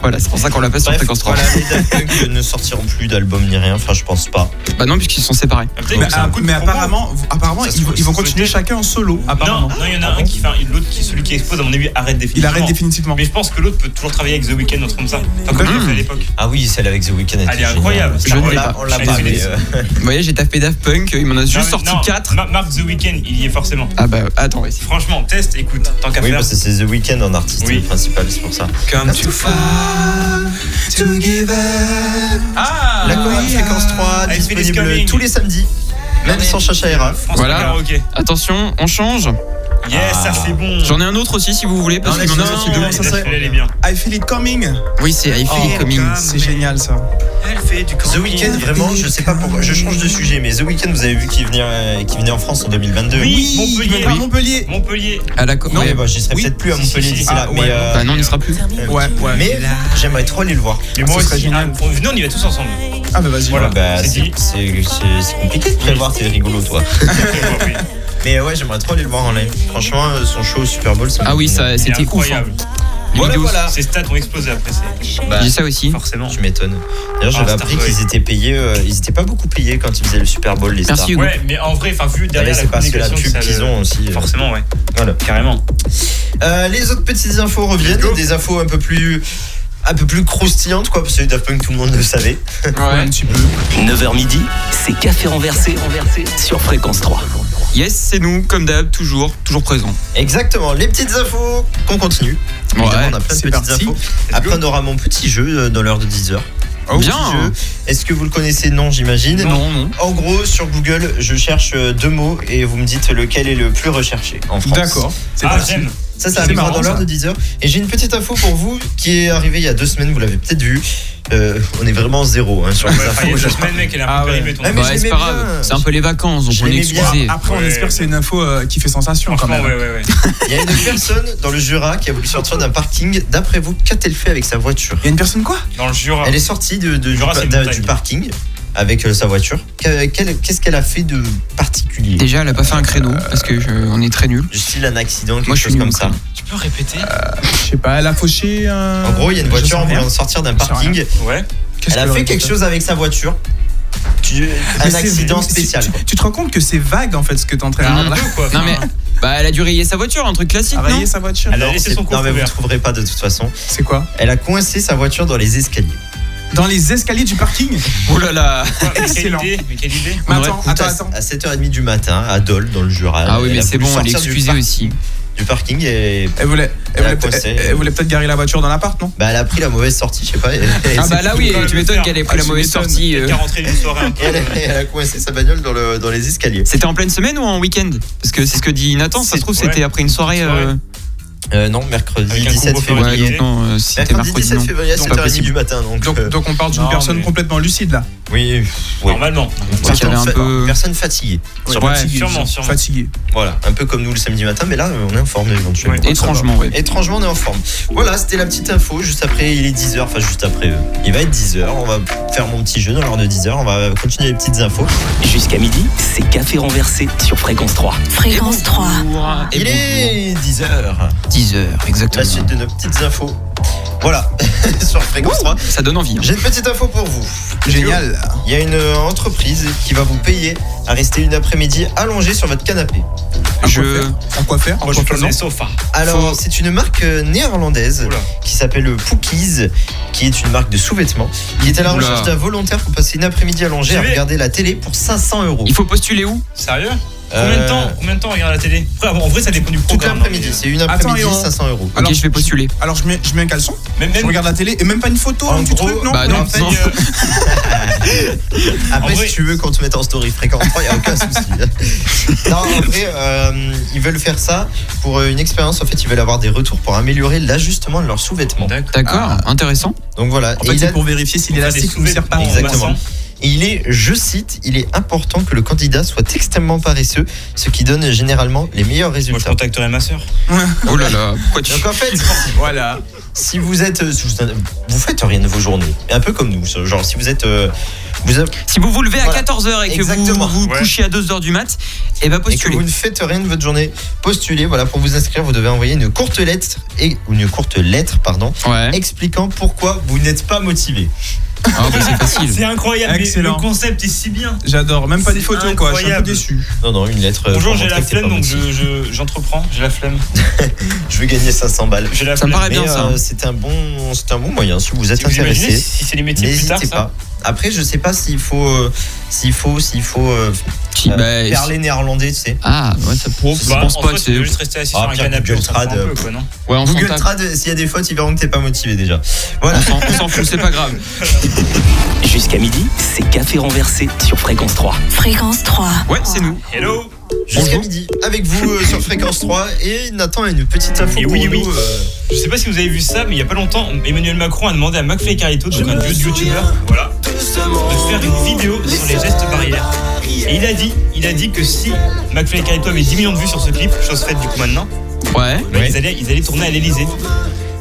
Speaker 3: Voilà, c'est pour ça qu'on l'a pas sur
Speaker 4: Bref,
Speaker 3: Fréquence 3.
Speaker 4: voilà, les Daft Punk *laughs* ne sortiront plus d'album ni rien. Enfin, je pense pas.
Speaker 3: Bah non, puisqu'ils sont séparés.
Speaker 5: Ah, peut-être
Speaker 6: Mais,
Speaker 5: que c'est un
Speaker 6: ah,
Speaker 5: coup de
Speaker 6: mais
Speaker 5: combo.
Speaker 6: apparemment, apparemment
Speaker 4: Ça se
Speaker 6: ils, vont-
Speaker 4: trouve, Ah,
Speaker 6: ils vont
Speaker 5: ça se
Speaker 6: continuer chacun en solo.
Speaker 5: Non,
Speaker 6: Apparemment.
Speaker 5: non, il y en a un qui, enfin, l'autre qui, celui qui expose, à mon avis, arrête
Speaker 6: Il
Speaker 5: définitivement.
Speaker 6: arrête définitivement.
Speaker 5: Mais je pense que l'autre peut toujours travailler avec The Weeknd, un truc comme ça. Enfin, comme il l'a fait à l'époque.
Speaker 4: Ah oui, celle avec The Weeknd. était
Speaker 5: Elle est
Speaker 4: géniale.
Speaker 5: incroyable.
Speaker 3: Je ne l'ai
Speaker 4: Là,
Speaker 3: pas.
Speaker 4: on l'a
Speaker 5: Je
Speaker 4: pas,
Speaker 5: l'ai
Speaker 4: mais.
Speaker 5: laissé.
Speaker 4: euh,
Speaker 3: Vous voyez, j'ai tapé Daft Punk, il m'en a juste
Speaker 5: Non, mais-
Speaker 3: sorti
Speaker 5: non,
Speaker 3: 4.
Speaker 5: Ma- Mark The Weeknd, il y est forcément.
Speaker 3: Ah bah attends, vas-y.
Speaker 5: Franchement, test, écoute, tant qu'à
Speaker 4: Oui,
Speaker 5: faire.
Speaker 4: parce que c'est The Weeknd en artiste
Speaker 5: Oui.
Speaker 4: principal, c'est pour ça.
Speaker 6: Come too far to give up.
Speaker 5: Ah
Speaker 4: La chorale fréquence 3,
Speaker 5: Avec Phyllis
Speaker 4: disponible
Speaker 5: Cumming.
Speaker 4: tous les samedis, même
Speaker 5: mais-
Speaker 4: sans Chacha Hera.
Speaker 5: France
Speaker 3: Voilà.
Speaker 5: voilà. ok. Yes,
Speaker 3: Attention, on change.
Speaker 5: ça c'est bon.
Speaker 3: Ah. J'en ai un autre aussi si vous voulez, parce
Speaker 4: Non,
Speaker 3: qu'il y en a
Speaker 4: laisse-le,
Speaker 3: sorti
Speaker 4: laisse-le,
Speaker 3: deux.
Speaker 5: ça
Speaker 4: ça serait-
Speaker 5: Elle est bien.
Speaker 6: I feel it coming.
Speaker 3: Oui, c'est I Feel It
Speaker 6: Oh,
Speaker 3: Coming.
Speaker 5: God.
Speaker 6: C'est
Speaker 5: Mais-
Speaker 6: génial ça.
Speaker 5: Elle fait du
Speaker 4: The Weeknd, vraiment, je sais pas pourquoi, je change de sujet, mais The Weeknd, vous avez vu qu'il venait, euh, qu'il venait en France en 2022.
Speaker 5: Oui, Montpellier.
Speaker 6: à Montpellier.
Speaker 5: Montpellier.
Speaker 3: À la co-
Speaker 4: Non,
Speaker 3: ouais.
Speaker 4: mais bon, j'y serai
Speaker 6: Oui.
Speaker 4: peut-être plus à
Speaker 5: Si, si,
Speaker 4: Montpellier
Speaker 5: si.
Speaker 4: d'ici
Speaker 5: Ah,
Speaker 4: là,
Speaker 6: ouais.
Speaker 4: mais, euh,
Speaker 3: Bah non, on n'y sera plus.
Speaker 6: Ouais, ouais.
Speaker 4: mais j'aimerais trop aller le voir.
Speaker 5: Mais
Speaker 6: Ah,
Speaker 5: moi
Speaker 6: ce serait
Speaker 5: aussi.
Speaker 6: génial.
Speaker 5: Ah, Venez, on y va tous *laughs* ensemble.
Speaker 6: Ah bah vas-y.
Speaker 5: Voilà.
Speaker 4: Bah,
Speaker 5: c'est
Speaker 4: c'est
Speaker 5: dit.
Speaker 4: c'est- c'est- c'est compliqué de prévoir, t'es rigolo toi.
Speaker 5: Oui.
Speaker 4: Mais ouais, j'aimerais trop aller le voir en live. Franchement, euh, son show au Super Bowl, ça m'a
Speaker 3: Ah oui,
Speaker 4: donné
Speaker 3: ça,
Speaker 5: Il est
Speaker 3: c'était ouf. hein.
Speaker 5: incroyable.
Speaker 3: Les
Speaker 4: Voilà,
Speaker 3: vidéos,
Speaker 4: voilà.
Speaker 5: Ces stats ont explosé après, c'est
Speaker 4: envie. Bah,
Speaker 3: J'ai ça aussi.
Speaker 5: forcément.
Speaker 4: Tu m'étonnes. D'ailleurs,
Speaker 5: Ah,
Speaker 4: j'avais
Speaker 5: Star
Speaker 4: appris
Speaker 5: Boy.
Speaker 4: qu'ils étaient payés, euh, ils étaient pas beaucoup payés quand ils faisaient le Super Bowl, les
Speaker 3: Merci,
Speaker 4: stars.
Speaker 3: Hugo.
Speaker 5: Ouais, mais en vrai, enfin vu
Speaker 4: Mais
Speaker 5: derrière
Speaker 4: C'est
Speaker 5: la
Speaker 4: parce que la
Speaker 5: communication,
Speaker 4: pub
Speaker 5: ça
Speaker 4: qu'ils
Speaker 5: le-
Speaker 4: ont aussi. euh,
Speaker 5: Forcément, ouais.
Speaker 4: Voilà.
Speaker 5: Carrément.
Speaker 4: Euh, les autres petites infos reviennent,
Speaker 5: Let's go.
Speaker 4: des infos un peu plus un peu plus croustillantes quoi parce que Daft Punk tout le monde le savait.
Speaker 3: Ouais.
Speaker 1: 9h midi, c'est Café renversé, renversé sur Fréquence 3.
Speaker 3: Yes, c'est nous, comme d'hab, toujours, toujours présent.
Speaker 4: Exactement, les petites infos qu'on continue. Évidemment, on a plein de
Speaker 6: c'est
Speaker 4: petites
Speaker 6: parti.
Speaker 4: infos. Après on aura mon petit jeu euh, dans l'heure de 10h.
Speaker 5: Oh.
Speaker 3: Bien.
Speaker 4: Est-ce que vous le connaissez Non, j'imagine.
Speaker 3: Non, non.
Speaker 4: En gros, sur Google, je cherche euh, deux mots et vous me dites lequel est le plus recherché en France.
Speaker 6: D'accord. C'est
Speaker 5: Ah,
Speaker 6: parti.
Speaker 5: j'aime.
Speaker 4: Ça, ça
Speaker 5: C'est
Speaker 4: arrivera
Speaker 5: marrant,
Speaker 4: dans l'heure de 10h. Et j'ai une petite info pour vous qui est arrivée il y a deux semaines, vous l'avez peut-être vu. Euh, on est vraiment zéro hein, sur les
Speaker 5: Ouais, enfin, il y
Speaker 4: infos. *laughs*
Speaker 5: a deux
Speaker 4: genre.
Speaker 5: semaines, mec, elle a
Speaker 6: Ah
Speaker 5: un peu
Speaker 6: ouais.
Speaker 5: périmé ton
Speaker 4: Ah, mais
Speaker 5: truc.
Speaker 3: Ouais,
Speaker 4: j'aimais
Speaker 3: c'est pas grave.
Speaker 4: bien.
Speaker 3: C'est un peu les vacances, donc
Speaker 4: Je
Speaker 3: on est
Speaker 4: l'aimais bien.
Speaker 3: excusé.
Speaker 6: Après, on
Speaker 5: Ouais.
Speaker 6: espère que c'est une info euh, qui fait sensation quand
Speaker 5: Franchement,
Speaker 6: même.
Speaker 5: ouais, ouais, ouais.
Speaker 4: Il y a une personne dans le Jura qui a voulu sortir d'un parking. D'après vous, qu'a-t-elle fait avec sa voiture
Speaker 6: Il y a une personne quoi
Speaker 5: Dans le Jura.
Speaker 4: Elle est sortie de, de- du,
Speaker 5: Ah. Jura,
Speaker 4: pa-
Speaker 5: c'est une
Speaker 4: d'un-
Speaker 5: montagne.
Speaker 4: du parking avec euh, sa voiture. Qu'a- quel- Qu'est-ce qu'elle a fait de particulier
Speaker 3: Déjà, elle a pas fait un créneau parce que je- on est très nuls.
Speaker 4: Du style un accident, quelque
Speaker 3: Moi, je
Speaker 4: chose
Speaker 3: suis
Speaker 4: comme
Speaker 3: nul,
Speaker 4: ça.
Speaker 5: Tu peux répéter
Speaker 6: Je sais pas, elle a fauché. euh,
Speaker 4: En gros, il y a une
Speaker 6: je
Speaker 4: voiture
Speaker 6: sais
Speaker 4: en
Speaker 6: rien.
Speaker 4: voulant sortir d'un
Speaker 6: Je sais
Speaker 4: parking.
Speaker 5: Ouais. *laughs*
Speaker 6: Qu'est-ce
Speaker 4: Elle a
Speaker 6: qu'elle
Speaker 4: fait
Speaker 6: aurait
Speaker 4: quelque chose avec sa voiture. Tu-
Speaker 6: Ah, Mais
Speaker 4: un
Speaker 6: c'est-
Speaker 4: accident
Speaker 6: mais c'est-
Speaker 4: spécial. Ah.
Speaker 6: Tu, tu te rends compte que c'est vague en fait ce que t'es en train de
Speaker 3: Non,
Speaker 6: dire là Ah, bah,
Speaker 5: Ou quoi
Speaker 3: Non
Speaker 5: enfin,
Speaker 3: mais, bah, elle a dû rayer sa voiture, un truc classique,
Speaker 4: bah,
Speaker 3: non
Speaker 6: Travailler sa voiture.
Speaker 5: Elle a
Speaker 4: Non,
Speaker 5: laissé
Speaker 4: c'est-
Speaker 5: son
Speaker 4: Non,
Speaker 5: coffre
Speaker 4: mais vous ne
Speaker 5: ouvert.
Speaker 4: trouverez pas de toute façon.
Speaker 6: C'est quoi
Speaker 4: Elle a coincé sa voiture dans les escaliers.
Speaker 6: Dans les escaliers du parking
Speaker 3: Oh là là
Speaker 5: Ouais, mais quelle
Speaker 6: Excellent.
Speaker 5: idée, mais quelle idée.
Speaker 6: Mais
Speaker 3: On aurait
Speaker 6: attends,
Speaker 4: Tout
Speaker 6: attends,
Speaker 4: à-
Speaker 6: attends.
Speaker 4: à 7h30 du matin à Dole dans le Jura.
Speaker 3: Ah oui,
Speaker 4: Elle
Speaker 3: mais
Speaker 4: a
Speaker 3: c'est
Speaker 4: voulu
Speaker 3: bon, elle est
Speaker 4: sortir du
Speaker 3: excusée
Speaker 4: par-
Speaker 3: aussi.
Speaker 4: Du parking et
Speaker 6: Elle voulait, elle
Speaker 4: Elle a
Speaker 6: voulait peut-
Speaker 4: coincé.
Speaker 6: elle- elle voulait peut-être garer la voiture dans l'appart, non
Speaker 4: bah, elle a pris la mauvaise sortie, je sais pas. et- et
Speaker 3: Ah
Speaker 4: c'est
Speaker 3: bah là
Speaker 4: tout.
Speaker 3: oui,
Speaker 5: quand même
Speaker 3: tu
Speaker 5: le
Speaker 3: m'étonnes
Speaker 5: faire.
Speaker 3: qu'elle ait pris
Speaker 6: Ah,
Speaker 3: la
Speaker 6: tu
Speaker 3: mauvaise
Speaker 6: m'étonnes.
Speaker 3: sortie. euh.
Speaker 5: Qu'à rentrer d'une soirée un peu.
Speaker 4: Et Elle, elle a coincé sa bagnole dans, le- dans les escaliers.
Speaker 3: C'était en pleine semaine ou en week-end Parce que c'est ce que dit Nathan, ça se trouve
Speaker 5: Ouais.
Speaker 3: c'était après une soirée. euh,
Speaker 4: Euh, non, mercredi
Speaker 5: Avec un
Speaker 4: 17
Speaker 5: couvre-feu,
Speaker 3: Ouais,
Speaker 4: février.
Speaker 3: donc non, euh, si c'était
Speaker 4: Mercredi
Speaker 3: mercredi,
Speaker 4: 17
Speaker 3: non.
Speaker 4: février à
Speaker 3: Donc,
Speaker 4: 7h30
Speaker 3: possible.
Speaker 4: du matin. Donc,
Speaker 6: donc,
Speaker 4: euh,
Speaker 6: donc on parle d'une
Speaker 5: Non,
Speaker 6: personne
Speaker 5: mais-
Speaker 6: complètement lucide là.
Speaker 4: oui, oui.
Speaker 5: Normalement.
Speaker 3: Donc, il y avait un
Speaker 4: Personne-
Speaker 3: peu-
Speaker 4: Personne fatiguée.
Speaker 3: Ouais,
Speaker 6: Fatigué,
Speaker 5: sûrement,
Speaker 6: disons.
Speaker 5: sûrement.
Speaker 6: Fatigué.
Speaker 4: Voilà, un peu comme nous le samedi matin, mais là, on est en forme éventuellement.
Speaker 5: Ouais.
Speaker 4: Ça va.
Speaker 3: étrangement, ouais.
Speaker 4: Étrangement, on est en forme. Voilà, c'était la petite info. Juste après, il est 10h. Enfin, juste après, euh, il va être 10h. On va faire mon petit jeu dans l'heure de 10h. On va continuer les petites infos.
Speaker 1: Jusqu'à midi, c'est Café renversé sur Fréquence 3.
Speaker 9: Fréquence 3.
Speaker 3: Et
Speaker 4: il est 10h.
Speaker 3: 10h,
Speaker 4: La
Speaker 3: exactement.
Speaker 4: suite de nos petites infos. Voilà, *laughs* sur Fréquence 3.
Speaker 3: Ça donne envie. hein.
Speaker 4: J'ai une petite info pour vous.
Speaker 6: Génial.
Speaker 4: Il y a une euh, entreprise qui va vous payer à rester une après-midi allongé sur votre canapé.
Speaker 6: À quoi
Speaker 3: Je.
Speaker 6: faire En quoi faire En
Speaker 5: Moi, je
Speaker 6: quoi faire
Speaker 5: faisais sofa.
Speaker 4: Alors,
Speaker 3: Faut-
Speaker 4: c'est une marque euh, néerlandaise
Speaker 5: Oula.
Speaker 4: qui s'appelle euh, Pookies, qui est une marque de sous-vêtements, qui est à la
Speaker 3: Oula.
Speaker 4: recherche d'un volontaire pour passer une après-midi allongé
Speaker 5: J'y
Speaker 4: à
Speaker 5: vais.
Speaker 4: regarder la télé pour 500 euros.
Speaker 3: Il faut postuler où
Speaker 5: Sérieux Combien de
Speaker 4: Euh,
Speaker 5: temps Combien de temps on regarde la télé Après, En vrai, ça dépend du
Speaker 4: Toute
Speaker 5: programme.
Speaker 4: l'après-midi,
Speaker 5: hein,
Speaker 4: c'est une
Speaker 6: Attends,
Speaker 4: après-midi,
Speaker 6: et on-
Speaker 4: 500 euros.
Speaker 3: Ok,
Speaker 6: Alors,
Speaker 3: je vais postuler.
Speaker 6: Alors je mets, je mets un caleçon,
Speaker 5: mais- Même,
Speaker 6: je
Speaker 5: même,
Speaker 6: regarde la télé et même pas une photo,
Speaker 4: En
Speaker 6: un petit
Speaker 4: gros,
Speaker 6: truc, non
Speaker 3: bah
Speaker 6: Une
Speaker 3: non,
Speaker 6: enseigne,
Speaker 3: non.
Speaker 6: euh,
Speaker 4: Après,
Speaker 5: vrai-
Speaker 4: si tu veux qu'on te mette en story fréquence 3, il n'y a aucun souci. non, en vrai, euh, ils veulent faire ça pour euh, une expérience. En fait, ils veulent avoir des retours pour améliorer l'ajustement de leurs sous-vêtements.
Speaker 5: D'accord.
Speaker 3: D'accord, intéressant.
Speaker 4: Donc voilà.
Speaker 6: En
Speaker 4: Et
Speaker 6: fait,
Speaker 4: il a-
Speaker 6: c'est pour vérifier si l'élastique ne sert pas.
Speaker 4: Exactement. Et il est, je cite, il est important que le candidat soit extrêmement paresseux, ce qui donne généralement les meilleurs
Speaker 5: Moi, je
Speaker 4: résultats.
Speaker 5: contacterai ma sœur.
Speaker 3: Oh là là, pourquoi tu.
Speaker 4: Donc en fait,
Speaker 3: Voilà.
Speaker 4: si vous êtes, euh, si vous, vous faites rien de vos journées, un peu comme nous, genre si vous êtes, euh, vous avez-
Speaker 3: Si vous vous levez à
Speaker 4: Voilà.
Speaker 3: 14h et que
Speaker 4: Exactement.
Speaker 3: vous vous
Speaker 5: Ouais.
Speaker 3: couchez à 2h du mat, et ben
Speaker 4: et que
Speaker 3: postulez.
Speaker 4: vous ne faites rien de votre journée, postulez. Voilà, pour vous inscrire, vous devez envoyer une courte lettre et ou une courte lettre, pardon,
Speaker 5: Hein
Speaker 3: Ouais.
Speaker 4: expliquant pourquoi vous n'êtes pas motivé.
Speaker 3: Ah, bah, c'est facile.
Speaker 5: C'est *laughs* incroyable, mais
Speaker 6: Excellent.
Speaker 5: le concept est si bien.
Speaker 6: J'adore, même pas des
Speaker 5: C'est
Speaker 6: photos quoi, je suis un peu
Speaker 5: incroyable.
Speaker 6: déçu.
Speaker 4: Non, non, une lettre. euh,
Speaker 5: Bonjour,
Speaker 4: pour
Speaker 5: j'ai la
Speaker 4: montrer que t'es
Speaker 5: flemme,
Speaker 4: pas
Speaker 5: donc
Speaker 4: motivé.
Speaker 5: je- je- j'entreprends. j'ai la flemme.
Speaker 4: je vais gagner 500 balles.
Speaker 5: J'ai la
Speaker 3: Ça me
Speaker 5: flemme.
Speaker 3: paraît bien
Speaker 4: Mais,
Speaker 3: ça.
Speaker 4: euh, c'était un bon, c'était un bon moyen si vous êtes
Speaker 5: Vous imaginez
Speaker 4: intéressé.
Speaker 5: hein. si c'est les métiers plus tard,
Speaker 4: N'hésitez
Speaker 5: ça
Speaker 4: pas. Après, je sais pas s'il faut, euh, s'il faut, s'il faut euh,
Speaker 3: Si,
Speaker 4: euh,
Speaker 3: bah,
Speaker 4: parler néerlandais, tu sais.
Speaker 3: Ah, ouais, ça prouve. Je
Speaker 5: Bah,
Speaker 3: pense
Speaker 5: en
Speaker 3: pas
Speaker 5: soi,
Speaker 3: que
Speaker 5: tu
Speaker 3: c'est.
Speaker 5: peux juste rester assis
Speaker 4: Ah,
Speaker 5: sur un
Speaker 4: pire
Speaker 5: canapé,
Speaker 4: Google
Speaker 5: on s'en fout un
Speaker 4: Trad,
Speaker 5: peu, quoi, non
Speaker 3: Ouais, on s'en
Speaker 4: Google
Speaker 3: tape.
Speaker 4: Trad, s'il y a des fautes, ils verront que t'es pas motivé déjà. Voilà.
Speaker 3: On s'en- on s'en fout, c'est pas grave.
Speaker 1: Jusqu'à midi, c'est Café renversé sur Fréquence 3.
Speaker 9: Fréquence 3.
Speaker 3: Ouais, c'est nous.
Speaker 5: Hello
Speaker 4: Jusqu'à
Speaker 3: Bonjour.
Speaker 4: midi avec vous euh, sur fréquence 3 et Nathan a une petite info
Speaker 5: Et
Speaker 4: pour
Speaker 5: oui,
Speaker 4: nous. euh,
Speaker 5: oui. euh, Je sais pas si vous avez vu ça, mais il y a pas longtemps, Emmanuel Macron a demandé à McFly et Carlito, donc un vieux youtubeur, voilà, de faire une vidéo sur les gestes barrières. Et il a dit, il a dit que si McFly et Carlito avaient 10 millions de vues sur ce clip, chose faite du coup maintenant,
Speaker 3: Ouais.
Speaker 5: bah,
Speaker 4: Ouais.
Speaker 5: ils, allaient, ils allaient tourner à l'Elysée.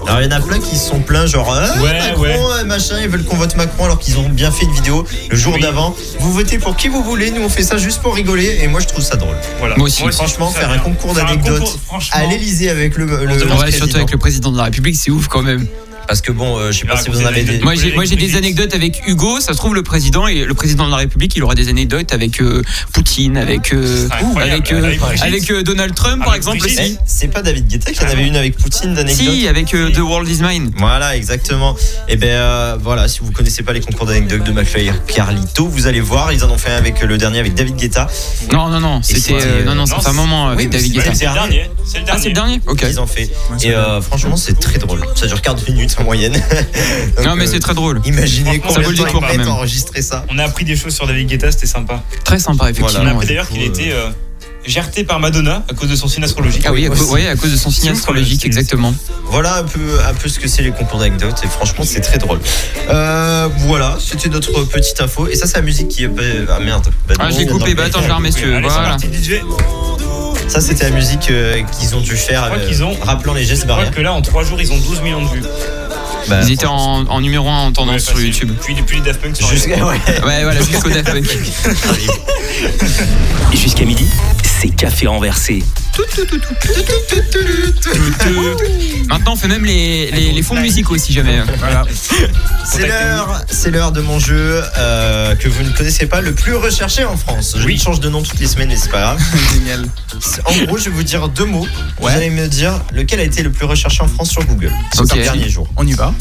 Speaker 4: Alors il y en a plein qui se sont pleins genre ah,
Speaker 5: Ouais,
Speaker 4: Macron
Speaker 5: ouais.
Speaker 4: euh, machin, ils veulent qu'on vote Macron alors qu'ils ont bien fait une vidéo le jour
Speaker 5: Oui.
Speaker 4: d'avant. Vous votez pour qui vous voulez, nous on fait ça juste pour rigoler et moi je trouve ça drôle.
Speaker 5: Voilà.
Speaker 3: Moi aussi.
Speaker 4: Franchement,
Speaker 5: ça
Speaker 4: faire
Speaker 5: vient.
Speaker 4: un concours
Speaker 5: Faire un
Speaker 4: d'anecdotes
Speaker 5: concours, franchement.
Speaker 4: À l'Elysée avec le, le-
Speaker 5: On
Speaker 3: On va
Speaker 4: le
Speaker 3: surtout
Speaker 4: président.
Speaker 3: avec le président de la République, c'est ouf quand même.
Speaker 4: Parce que bon, euh, je sais
Speaker 5: Il
Speaker 4: pas
Speaker 5: a
Speaker 4: si vous en avez
Speaker 5: raconté des
Speaker 4: des.
Speaker 5: anecdotes.
Speaker 3: Moi j'ai, moi, j'ai des
Speaker 5: Brexit.
Speaker 3: anecdotes avec Hugo, ça se trouve le président et le président de la République, il aura des anecdotes avec euh, Poutine, avec euh,
Speaker 5: Ah, incroyable.
Speaker 3: avec euh,
Speaker 5: Avec Brigitte.
Speaker 3: avec, euh, Donald Trump par
Speaker 5: Avec Eh,
Speaker 3: exemple
Speaker 5: Brigitte.
Speaker 3: aussi.
Speaker 4: Eh, C'est pas David Guetta qui en avait une avec Poutine d'anecdote
Speaker 3: Si, avec euh, The World Is Mine.
Speaker 4: Voilà, exactement. Et ben euh, voilà, si vous connaissez pas les concours d'anecdotes de McFly et Carlito, vous allez voir, ils en ont fait un avec euh, le dernier avec David Guetta.
Speaker 3: Non non non, c'était
Speaker 4: c'était,
Speaker 3: euh, non non,
Speaker 4: euh,
Speaker 3: ça
Speaker 5: non,
Speaker 3: fait un moment avec
Speaker 4: mais
Speaker 3: David
Speaker 4: c'est-
Speaker 3: Guetta.
Speaker 4: Guetta.
Speaker 5: Ouais, c'est le dernier. C'est le
Speaker 3: Ah c'est le dernier Ok.
Speaker 4: Ils en fait. Et euh, franchement, c'est très drôle. Ça dure 40 minutes en moyenne. *laughs* Donc,
Speaker 3: Non mais
Speaker 4: euh,
Speaker 3: c'est très drôle.
Speaker 4: Imaginez
Speaker 3: ça
Speaker 5: Franchement,
Speaker 3: vaut
Speaker 4: combien
Speaker 3: le
Speaker 4: de temps
Speaker 3: détour,
Speaker 4: ils
Speaker 3: quand
Speaker 4: mettent
Speaker 3: même.
Speaker 4: à enregistrer ça.
Speaker 5: On a appris des choses sur David Guetta, c'était sympa.
Speaker 3: Très sympa
Speaker 5: On a
Speaker 3: effectivement.
Speaker 5: appris
Speaker 3: ouais.
Speaker 5: d'ailleurs qu'il
Speaker 4: coup, euh,
Speaker 5: était euh, gerté par Madonna à cause de son signe astrologique.
Speaker 3: Ah oui, à, cau-
Speaker 5: Aussi.
Speaker 3: ouais, à cause de son signe
Speaker 5: C'est ouf,
Speaker 3: astrologique
Speaker 5: quand même, c'est-
Speaker 3: exactement.
Speaker 4: Voilà un peu, un peu ce que c'est les concours d'anecdotes. Et franchement, c'est très drôle. Euh, voilà, c'était notre petite info. Et ça, c'est la musique qui est. Ah merde. Bah,
Speaker 3: Ah
Speaker 4: non,
Speaker 3: je l'ai
Speaker 4: on en
Speaker 3: coupé, bah
Speaker 4: fait.
Speaker 3: attends je la remets si tu veux.
Speaker 5: Allez, c'est
Speaker 3: Voilà.
Speaker 5: parti, DJ.
Speaker 4: Ça, c'était la musique euh, qu'ils ont dû faire,
Speaker 5: crois
Speaker 4: euh,
Speaker 5: qu'ils ont-
Speaker 4: rappelant les gestes
Speaker 5: Je crois
Speaker 4: barrières.
Speaker 5: que là, en 3 jours, ils ont 12 millions de vues.
Speaker 4: Bah,
Speaker 3: Ils étaient en, en numéro 1 en
Speaker 5: Ouais,
Speaker 3: tendance sur
Speaker 5: facile.
Speaker 3: YouTube.
Speaker 5: Depuis, depuis les Daft Punk, sont arrivés.
Speaker 4: Jusqu'à. *laughs* ouais.
Speaker 3: Ouais voilà,
Speaker 5: *laughs*
Speaker 3: jusqu'au Daft Punk.
Speaker 1: Jusqu'à midi, c'est Café renversé.
Speaker 3: Maintenant on fait même les, les, les fonds de musique aussi jamais. hein.
Speaker 4: C'est l'heure, c'est l'heure de mon jeu euh, que vous ne connaissez pas, le plus recherché en France. Je
Speaker 5: Oui.
Speaker 4: change de nom toutes les semaines, mais c'est pas grave.
Speaker 3: *laughs* Génial.
Speaker 4: C'est- En gros, je vais vous dire deux mots.
Speaker 3: Ouais.
Speaker 4: Vous allez me dire lequel a été le plus recherché en France sur Google ces
Speaker 3: Ok.
Speaker 4: derniers jours.
Speaker 6: On y va.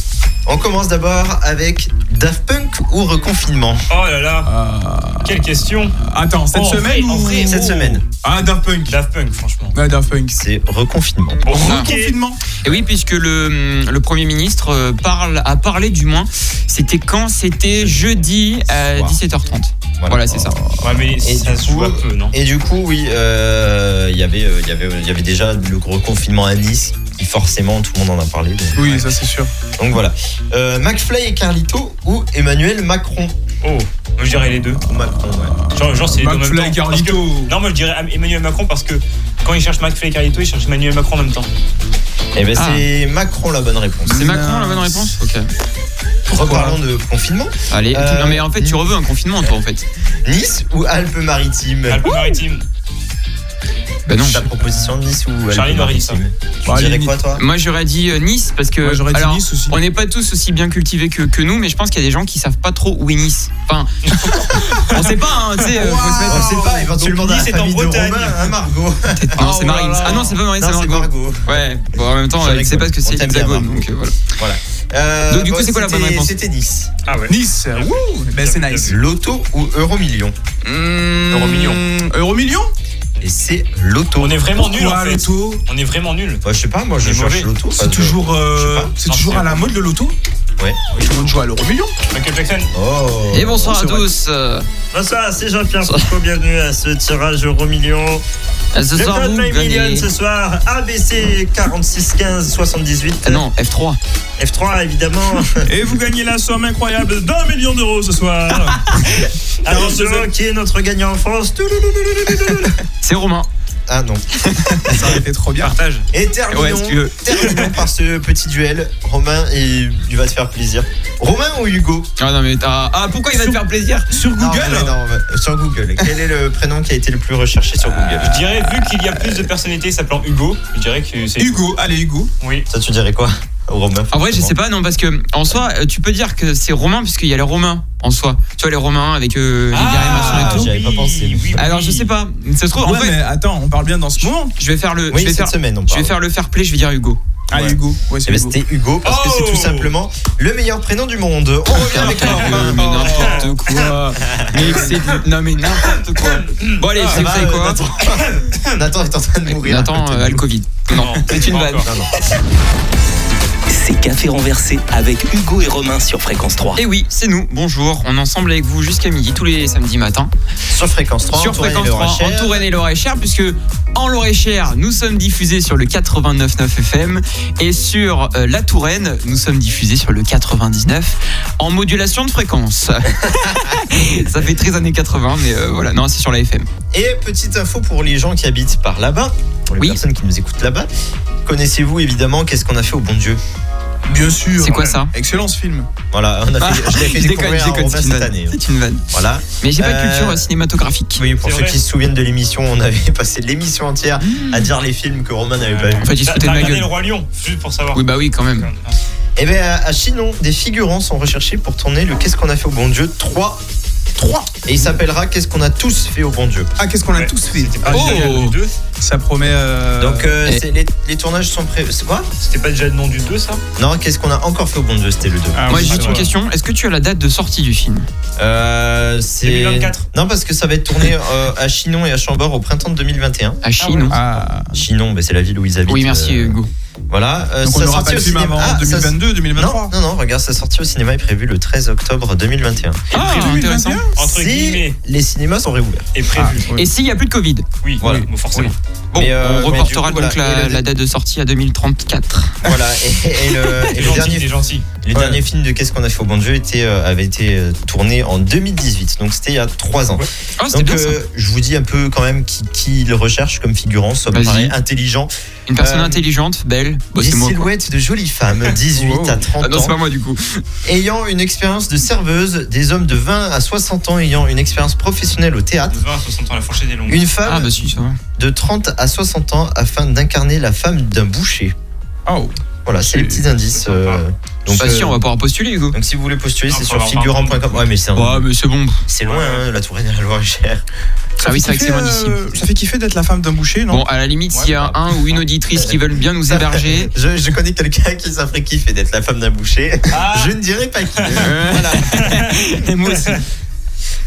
Speaker 4: On commence d'abord avec Daft Punk ou reconfinement
Speaker 5: Oh là là,
Speaker 6: Ah.
Speaker 5: quelle question
Speaker 6: Attends, cette
Speaker 5: Oh, en vrai,
Speaker 6: semaine
Speaker 5: en
Speaker 6: ou-
Speaker 5: vrai,
Speaker 4: cette
Speaker 5: oh.
Speaker 4: semaine.
Speaker 6: Ah, Daft Punk.
Speaker 5: Daft Punk, franchement.
Speaker 6: Ouais, Daft Punk.
Speaker 4: C'est reconfinement.
Speaker 5: Bon,
Speaker 3: Ah.
Speaker 5: ok.
Speaker 6: Confinement.
Speaker 3: Et oui, puisque le, le Premier ministre euh, parle, a parlé du moins, c'était quand C'était jeudi à
Speaker 4: Soir.
Speaker 3: 17h30. Voilà, c'est ça.
Speaker 5: Ouais, mais ça
Speaker 4: du
Speaker 5: se
Speaker 4: coup-
Speaker 5: joue à peu, non
Speaker 4: Et du coup, oui, euh, il y avait, euh, il y avait, il y avait déjà le gros confinement à Nice, qui forcément tout le monde en a parlé. donc-
Speaker 6: Oui, ça c'est sûr.
Speaker 4: Donc voilà. Euh, McFly et Carlito ou Emmanuel Macron
Speaker 5: Oh, moi je dirais les deux.
Speaker 4: Macron, ouais.
Speaker 5: Genre, genre c'est les deux en même
Speaker 6: McFly,
Speaker 5: temps. Parce que-
Speaker 6: Carlito.
Speaker 5: Non, moi je dirais Emmanuel Macron parce que quand ils cherchent McFly et Carlito, ils cherchent Emmanuel Macron en même temps.
Speaker 4: Eh ben
Speaker 3: Ah.
Speaker 4: c'est Macron la bonne réponse.
Speaker 3: C'est Macron la
Speaker 6: Mince.
Speaker 3: bonne réponse Ok.
Speaker 4: Reparlons de confinement.
Speaker 3: Allez.
Speaker 4: Euh,
Speaker 3: Non, mais en fait, tu revois un confinement, toi, en fait.
Speaker 4: Nice ou Alpes-Maritimes
Speaker 5: Alpes-Maritimes.
Speaker 3: Bah non.
Speaker 4: Ta proposition Nice ou
Speaker 5: Charlie Marie, ça.
Speaker 4: Alpes-Maritimes Tu
Speaker 6: Bah,
Speaker 4: dirais
Speaker 6: limite.
Speaker 4: quoi toi
Speaker 3: Moi, j'aurais dit euh, Nice parce que.
Speaker 6: Moi, j'aurais dit
Speaker 3: alors,
Speaker 6: Nice aussi.
Speaker 3: On n'est pas tous aussi bien cultivés que, que nous, mais je pense qu'il y a des gens qui savent pas trop où est Nice. Enfin, *laughs* on sait pas, hein, tu sais. euh, faut se mettre-
Speaker 4: On sait pas, éventuellement
Speaker 5: Donc,
Speaker 4: dans la
Speaker 5: Nice est en
Speaker 4: famille de
Speaker 5: Bretagne.
Speaker 4: Romain, hein, Margot.
Speaker 3: Non, c'est Marine. Ah non, c'est pas Marine, c'est
Speaker 4: Non, c'est
Speaker 3: Margot.
Speaker 4: Margot.
Speaker 3: Ouais, bon, en même temps,
Speaker 4: Je
Speaker 3: elle sait
Speaker 4: rigole.
Speaker 3: pas ce que
Speaker 4: On
Speaker 3: c'est
Speaker 4: t'aime bien,
Speaker 3: l'hexagone,
Speaker 4: Margot.
Speaker 3: donc euh, voilà.
Speaker 4: Euh,
Speaker 3: Donc, du coup, c'est quoi la bonne
Speaker 4: c'était-
Speaker 3: réponse
Speaker 4: C'était Nice.
Speaker 5: Ah ouais.
Speaker 6: Nice. Wouh. Ben, c'est nice.
Speaker 4: Loto ou Euromillion
Speaker 3: Euro
Speaker 6: Euro million
Speaker 4: Et c'est Loto.
Speaker 5: On est vraiment nuls en
Speaker 6: Pourquoi
Speaker 5: fait.
Speaker 6: l'auto
Speaker 5: On est vraiment nuls.
Speaker 4: Bah, je sais pas, moi
Speaker 5: On
Speaker 4: je
Speaker 5: est
Speaker 4: cherche
Speaker 5: mauvais.
Speaker 4: Loto.
Speaker 6: C'est
Speaker 4: parce que-
Speaker 6: toujours, euh,
Speaker 4: je sais pas.
Speaker 6: c'est
Speaker 5: Non,
Speaker 6: toujours
Speaker 5: c'est
Speaker 6: à la
Speaker 5: vrai.
Speaker 6: mode le loto
Speaker 4: Ouais.
Speaker 6: Tout le monde joue à l'euro million.
Speaker 5: Michael Jackson.
Speaker 4: Oh.
Speaker 3: Et bonsoir
Speaker 6: Oh,
Speaker 3: à
Speaker 6: c'est vrai.
Speaker 3: tous. euh,
Speaker 4: Bonsoir, c'est Jean-Pierre Foucault, bienvenue à ce tirage Euromillion.
Speaker 3: Ce
Speaker 4: Le
Speaker 3: soir,
Speaker 4: code
Speaker 3: vous
Speaker 4: My Million
Speaker 3: gagnez.
Speaker 4: ce soir, ABC 46 15 78.
Speaker 3: Ah non, F3.
Speaker 5: F3, évidemment.
Speaker 6: Et vous gagnez la somme incroyable d'un million d'euros ce soir.
Speaker 5: *laughs* Attention,
Speaker 4: qui est notre gagnant en France
Speaker 3: C'est Romain.
Speaker 4: Ah non.
Speaker 6: Ça aurait été trop bien.
Speaker 5: partage.
Speaker 4: Et
Speaker 3: Ouais,
Speaker 4: terminons,
Speaker 3: si tu veux.
Speaker 4: terminons par ce petit duel. Romain, et il va te faire plaisir. Romain ou Hugo
Speaker 3: Ah non, mais t'as. Ah, pourquoi il va te faire plaisir
Speaker 6: Sur
Speaker 4: Non,
Speaker 6: Google,
Speaker 3: hein.
Speaker 4: mais non, mais sur Google. Quel est le prénom qui a été le plus recherché sur Google
Speaker 3: Ah.
Speaker 5: Je dirais, vu qu'il y a plus de personnalités s'appelant Hugo, je dirais que c'est.
Speaker 6: Hugo, allez Hugo.
Speaker 5: Oui.
Speaker 4: Ça, tu dirais quoi Romain
Speaker 3: En vrai, je sais pas, non, parce que en soi, euh, tu peux dire que c'est Romain, puisqu'il y a les Romains en soi. Tu vois, les Romains avec euh, les
Speaker 5: Ah,
Speaker 3: gars et machin et tout.
Speaker 4: j'y avais pas pensé.
Speaker 3: Alors, je sais pas. Ça se trouve,
Speaker 6: ouais,
Speaker 3: en fait,
Speaker 6: mais attends, on parle bien dans ce moment.
Speaker 3: je vais faire le. je
Speaker 4: Oui,
Speaker 3: vais
Speaker 4: cette
Speaker 3: faire,
Speaker 4: semaine, on
Speaker 3: je vais
Speaker 4: parle.
Speaker 3: faire le fair play, je vais dire Hugo.
Speaker 6: Allez
Speaker 4: Ouais.
Speaker 6: Ah, Hugo.
Speaker 4: Eh
Speaker 6: Ouais, c'est
Speaker 4: ben,
Speaker 6: Hugo.
Speaker 4: C'était Hugo parce que c'est
Speaker 5: Oh
Speaker 4: tout simplement le meilleur prénom du monde. On revient avec
Speaker 3: Putain, mais
Speaker 4: Romain.
Speaker 3: n'importe quoi. Mais c'est du- Non, mais n'importe quoi. Bon, allez,
Speaker 4: Ça
Speaker 3: c'est- Ah, vous
Speaker 4: va,
Speaker 3: savez
Speaker 4: euh,
Speaker 3: quoi
Speaker 4: Nathan, *coughs* Nathan est en train de mourir.
Speaker 3: Nathan euh, a le Covid. Non, c'est une
Speaker 5: pas
Speaker 3: vanne.
Speaker 5: encore.
Speaker 4: Non, non.
Speaker 1: C'est Café renversé avec Hugo et Romain sur Fréquence 3.
Speaker 3: Et Eh oui, c'est nous. Bonjour. On est ensemble avec vous jusqu'à midi tous les samedis matins.
Speaker 4: Sur fréquence 3,
Speaker 3: sur
Speaker 4: Antoine
Speaker 3: Fréquence
Speaker 4: et Laura
Speaker 3: 3 en
Speaker 4: Cher.
Speaker 3: Touraine et Loire-et-Cher puisque en Loire-et-Cher nous sommes diffusés sur le 89.9 FM et sur euh, la Touraine nous sommes diffusés sur le 99 en modulation de fréquence *laughs* ça fait 13 années 80 mais euh, voilà non c'est sur la FM
Speaker 4: Et petite info pour les gens qui habitent par là-bas, pour les
Speaker 3: Oui.
Speaker 4: personnes qui nous écoutent là-bas. Connaissez-vous évidemment qu'est-ce qu'on a fait au bon Dieu
Speaker 6: Bien sûr.
Speaker 3: C'est quoi ça
Speaker 6: Excellent ce film.
Speaker 4: Voilà, on a
Speaker 3: Ah,
Speaker 4: fait, je
Speaker 3: *laughs*
Speaker 4: l'ai fait
Speaker 3: Je déconne,
Speaker 4: découvrir
Speaker 3: je
Speaker 4: à
Speaker 3: déconne,
Speaker 4: Romain
Speaker 3: c'est une
Speaker 4: cette
Speaker 3: vanne.
Speaker 4: année.
Speaker 3: c'est une vanne
Speaker 4: Voilà.
Speaker 3: mais j'ai pas de
Speaker 4: Euh,
Speaker 3: culture euh, cinématographique
Speaker 4: Oui, pour
Speaker 5: C'est
Speaker 4: ceux
Speaker 5: vrai.
Speaker 4: qui se souviennent de l'émission, on avait *laughs* passé l'émission entière à dire les films que Romain n'avait pas vus.
Speaker 3: en fait j'ai
Speaker 5: T'as
Speaker 3: sauté de
Speaker 5: t'as
Speaker 3: ma
Speaker 5: regardé le
Speaker 3: gueule
Speaker 5: Roi Lion, juste pour savoir.
Speaker 3: oui bah oui quand même
Speaker 4: Eh bien, à à Chinon, des figurants sont recherchés pour tourner le Qu'est-ce qu'on a fait au bon Dieu 3. 3 Et il s'appellera Qu'est-ce qu'on a tous fait au bon Dieu
Speaker 6: Ah, qu'est-ce qu'on a
Speaker 5: Ouais.
Speaker 6: tous fait
Speaker 5: C'était pas
Speaker 6: Ah,
Speaker 3: Oh.
Speaker 5: déjà le nom du 2
Speaker 6: Ça promet. euh,
Speaker 4: Donc, euh,
Speaker 3: et-
Speaker 4: c'est- les, les tournages sont prêts. C'est quoi
Speaker 5: C'était pas déjà le nom du 2, ça
Speaker 4: Non, Qu'est-ce qu'on a encore fait au bon Dieu C'était le 2.
Speaker 6: Ah,
Speaker 3: moi
Speaker 6: oui,
Speaker 3: j'ai juste
Speaker 6: ça
Speaker 3: une
Speaker 6: va.
Speaker 3: question est-ce que tu as la date de sortie du film
Speaker 4: Euh, c'est.
Speaker 5: 2024.
Speaker 4: Non, parce que ça va être tourné euh, à Chinon et à Chambord au printemps de 2021.
Speaker 3: à Chine non
Speaker 6: Ah.
Speaker 4: Chinon, ben, c'est la ville où ils habitent.
Speaker 3: oui merci
Speaker 4: euh,
Speaker 3: Hugo
Speaker 4: Voilà. euh,
Speaker 6: Donc on
Speaker 4: ça sortit
Speaker 6: aura pas le
Speaker 4: au
Speaker 6: film
Speaker 4: cinéma.
Speaker 6: avant
Speaker 4: Ah, ça-
Speaker 6: 2022, 2023.
Speaker 4: Non, non, non, regarde, sa sortie au cinéma est prévue le 13 octobre 2021.
Speaker 3: ah intéressant
Speaker 5: Entre
Speaker 4: si
Speaker 5: guillemets,
Speaker 4: les cinémas sont réouverts.
Speaker 3: *laughs*
Speaker 5: est prévu.
Speaker 6: Ah, oui.
Speaker 3: et s'il y a plus de Covid
Speaker 5: Oui,
Speaker 4: Voilà.
Speaker 5: oui, bon, forcément.
Speaker 3: Bon,
Speaker 4: Mais, euh,
Speaker 3: on
Speaker 4: mais du coup,
Speaker 3: reportera donc
Speaker 4: voilà.
Speaker 3: la-
Speaker 4: Et le-
Speaker 3: la date de sortie à 2034.
Speaker 4: Voilà. Et, et *laughs* le, et
Speaker 5: T'es
Speaker 4: le
Speaker 5: gentil,
Speaker 4: dernier,
Speaker 5: t'es gentil.
Speaker 4: le
Speaker 6: Ouais.
Speaker 4: dernier film de Qu'est-ce qu'on a fait au bon Dieu était, euh, avait été euh, tourné en 2018. Donc c'était il y a 3 ans.
Speaker 3: Ah, c'était
Speaker 4: Donc
Speaker 3: bien ça.
Speaker 4: euh, je vous dis un peu quand même qui, qui le recherche comme figurant. Ça me
Speaker 3: Vas-y.
Speaker 4: paraît intelligent.
Speaker 3: Une personne
Speaker 4: euh,
Speaker 3: intelligente, belle. Bah,
Speaker 4: des
Speaker 3: c'est moi. quoi.
Speaker 4: silhouettes de jolies
Speaker 3: *laughs*
Speaker 4: femmes, 18
Speaker 3: Wow.
Speaker 4: à 30
Speaker 3: Ah non,
Speaker 4: ans.
Speaker 3: c'est pas moi du coup.
Speaker 4: ayant une expérience de serveuse, des hommes de 20 à 60 ans ayant une expérience professionnelle au théâtre,
Speaker 5: De 20 à 60 ans, la fourchette est longue.
Speaker 4: une
Speaker 3: Ah,
Speaker 4: femme
Speaker 3: bah si, ça va.
Speaker 4: de 30 à 60 ans afin d'incarner la femme d'un boucher.
Speaker 6: Oh.
Speaker 4: Voilà, c'est
Speaker 6: C'est-
Speaker 4: les petits indices. euh, donc,
Speaker 3: Bah,
Speaker 4: euh,
Speaker 3: si, on va pouvoir postuler, Hugo.
Speaker 4: donc si vous voulez postuler,
Speaker 5: Non,
Speaker 4: c'est
Speaker 5: faut
Speaker 4: sur
Speaker 5: leur parler.
Speaker 4: figurant.com. Ouais, mais c'est un-
Speaker 3: hein. Ouais, mais c'est bon.
Speaker 4: c'est loin, hein, la Touraine et la Loire est chère.
Speaker 3: Ah oui, c'est vrai que c'est loin d'ici.
Speaker 6: euh, Ça fait kiffer d'être la femme d'un boucher, non
Speaker 3: Bon, à la limite, s'il y a un ou une auditrice qui veulent bien nous héberger.
Speaker 4: *laughs* Je, je connais quelqu'un qui s'en ferait kiffer d'être la femme d'un boucher.
Speaker 5: Ah.
Speaker 4: *laughs* Je ne dirais pas qui.
Speaker 3: Voilà. moi aussi.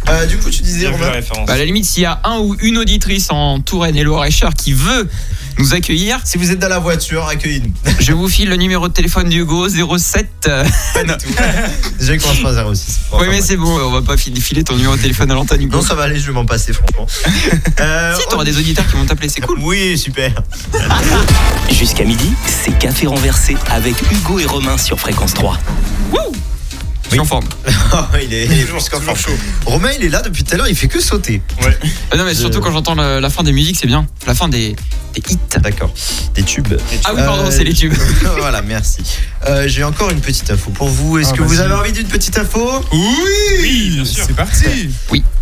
Speaker 4: Euh, du coup, tu disais,
Speaker 5: J'ai vu la
Speaker 4: Romain
Speaker 5: référence.
Speaker 3: Bah, à la limite, s'il y a un ou une auditrice en Touraine et Loire-et-Cher qui veut nous accueillir,
Speaker 4: si vous êtes dans la voiture, accueillez-nous.
Speaker 3: je vous file le numéro de téléphone d'Hugo 07.
Speaker 4: Pas du tout. Je commence par 06. Enfin,
Speaker 3: Oui, mais
Speaker 4: bref.
Speaker 3: c'est bon, on va pas filer filer ton numéro de téléphone à l'antenne, Hugo.
Speaker 4: Non, ça va aller, je vais m'en passer,
Speaker 3: *laughs*
Speaker 4: franchement. Euh,
Speaker 3: Si,
Speaker 4: on-
Speaker 3: t'auras des auditeurs qui vont t'appeler, c'est cool.
Speaker 4: Oui, super. *laughs*
Speaker 1: Jusqu'à midi, c'est Café renversé avec Hugo et Romain sur Fréquence 3.
Speaker 3: Je suis en forme.
Speaker 4: il est, il est plus qu'en forme. Romain, il est là depuis tout à l'heure, il fait que sauter.
Speaker 3: Ah non, mais surtout
Speaker 4: Je-
Speaker 3: quand j'entends le- la fin des musiques, c'est bien. La fin des, des hits.
Speaker 4: D'accord. Des tubes.
Speaker 3: Ah oui, pardon,
Speaker 4: Euh,
Speaker 3: c'est les tubes.
Speaker 4: *laughs* voilà, merci. Euh, J'ai encore une petite info pour vous. Est-ce
Speaker 6: Ah,
Speaker 4: que vous
Speaker 6: vas-y.
Speaker 4: avez envie d'une petite info
Speaker 5: Oui, bien sûr.
Speaker 6: C'est parti.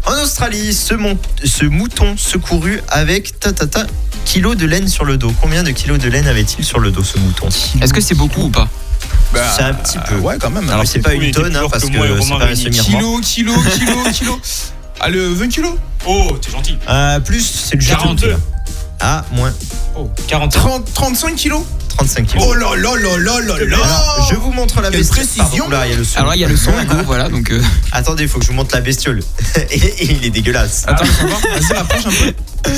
Speaker 4: En Australie, ce, mon- ce mouton secouru avec ta ta ta kilos de laine sur le dos. Combien de kilos de laine avait-il sur le dos, ce mouton
Speaker 3: Est-ce que c'est beaucoup ou pas
Speaker 4: C'est un petit peu.
Speaker 6: euh, Ouais, quand même.
Speaker 4: Alors, c'est pas
Speaker 5: cool, il
Speaker 4: une
Speaker 5: était
Speaker 4: tonne,
Speaker 5: plus
Speaker 4: hein,
Speaker 5: lourd
Speaker 4: parce
Speaker 5: que
Speaker 4: que,
Speaker 5: moi et
Speaker 4: c'est
Speaker 5: Romain
Speaker 4: pas un
Speaker 5: réunis.
Speaker 4: semi-remorque.
Speaker 6: Kilo, kilo, kilo,
Speaker 3: *laughs*
Speaker 6: kilo. Ah, le 20 kilos
Speaker 5: Oh, t'es gentil.
Speaker 4: Euh, plus, c'est le jeton.
Speaker 5: 42.
Speaker 4: Ah, moins
Speaker 5: 41.
Speaker 6: 30, 35 kilos
Speaker 4: 35 kilos.
Speaker 6: Oh là là là là là là
Speaker 4: Alors, je vous montre la
Speaker 6: Quelle
Speaker 4: bestiole.
Speaker 6: précision.
Speaker 4: Pardon, là, il y a le son.
Speaker 3: Alors là, il y a le son, Hugo, voilà, donc. euh,
Speaker 4: Attendez, il faut que je vous montre la bestiole. *laughs* et, et il est
Speaker 3: Ah.
Speaker 4: dégueulasse.
Speaker 6: Attends, je peux voir. Vas-y, rapproche un peu.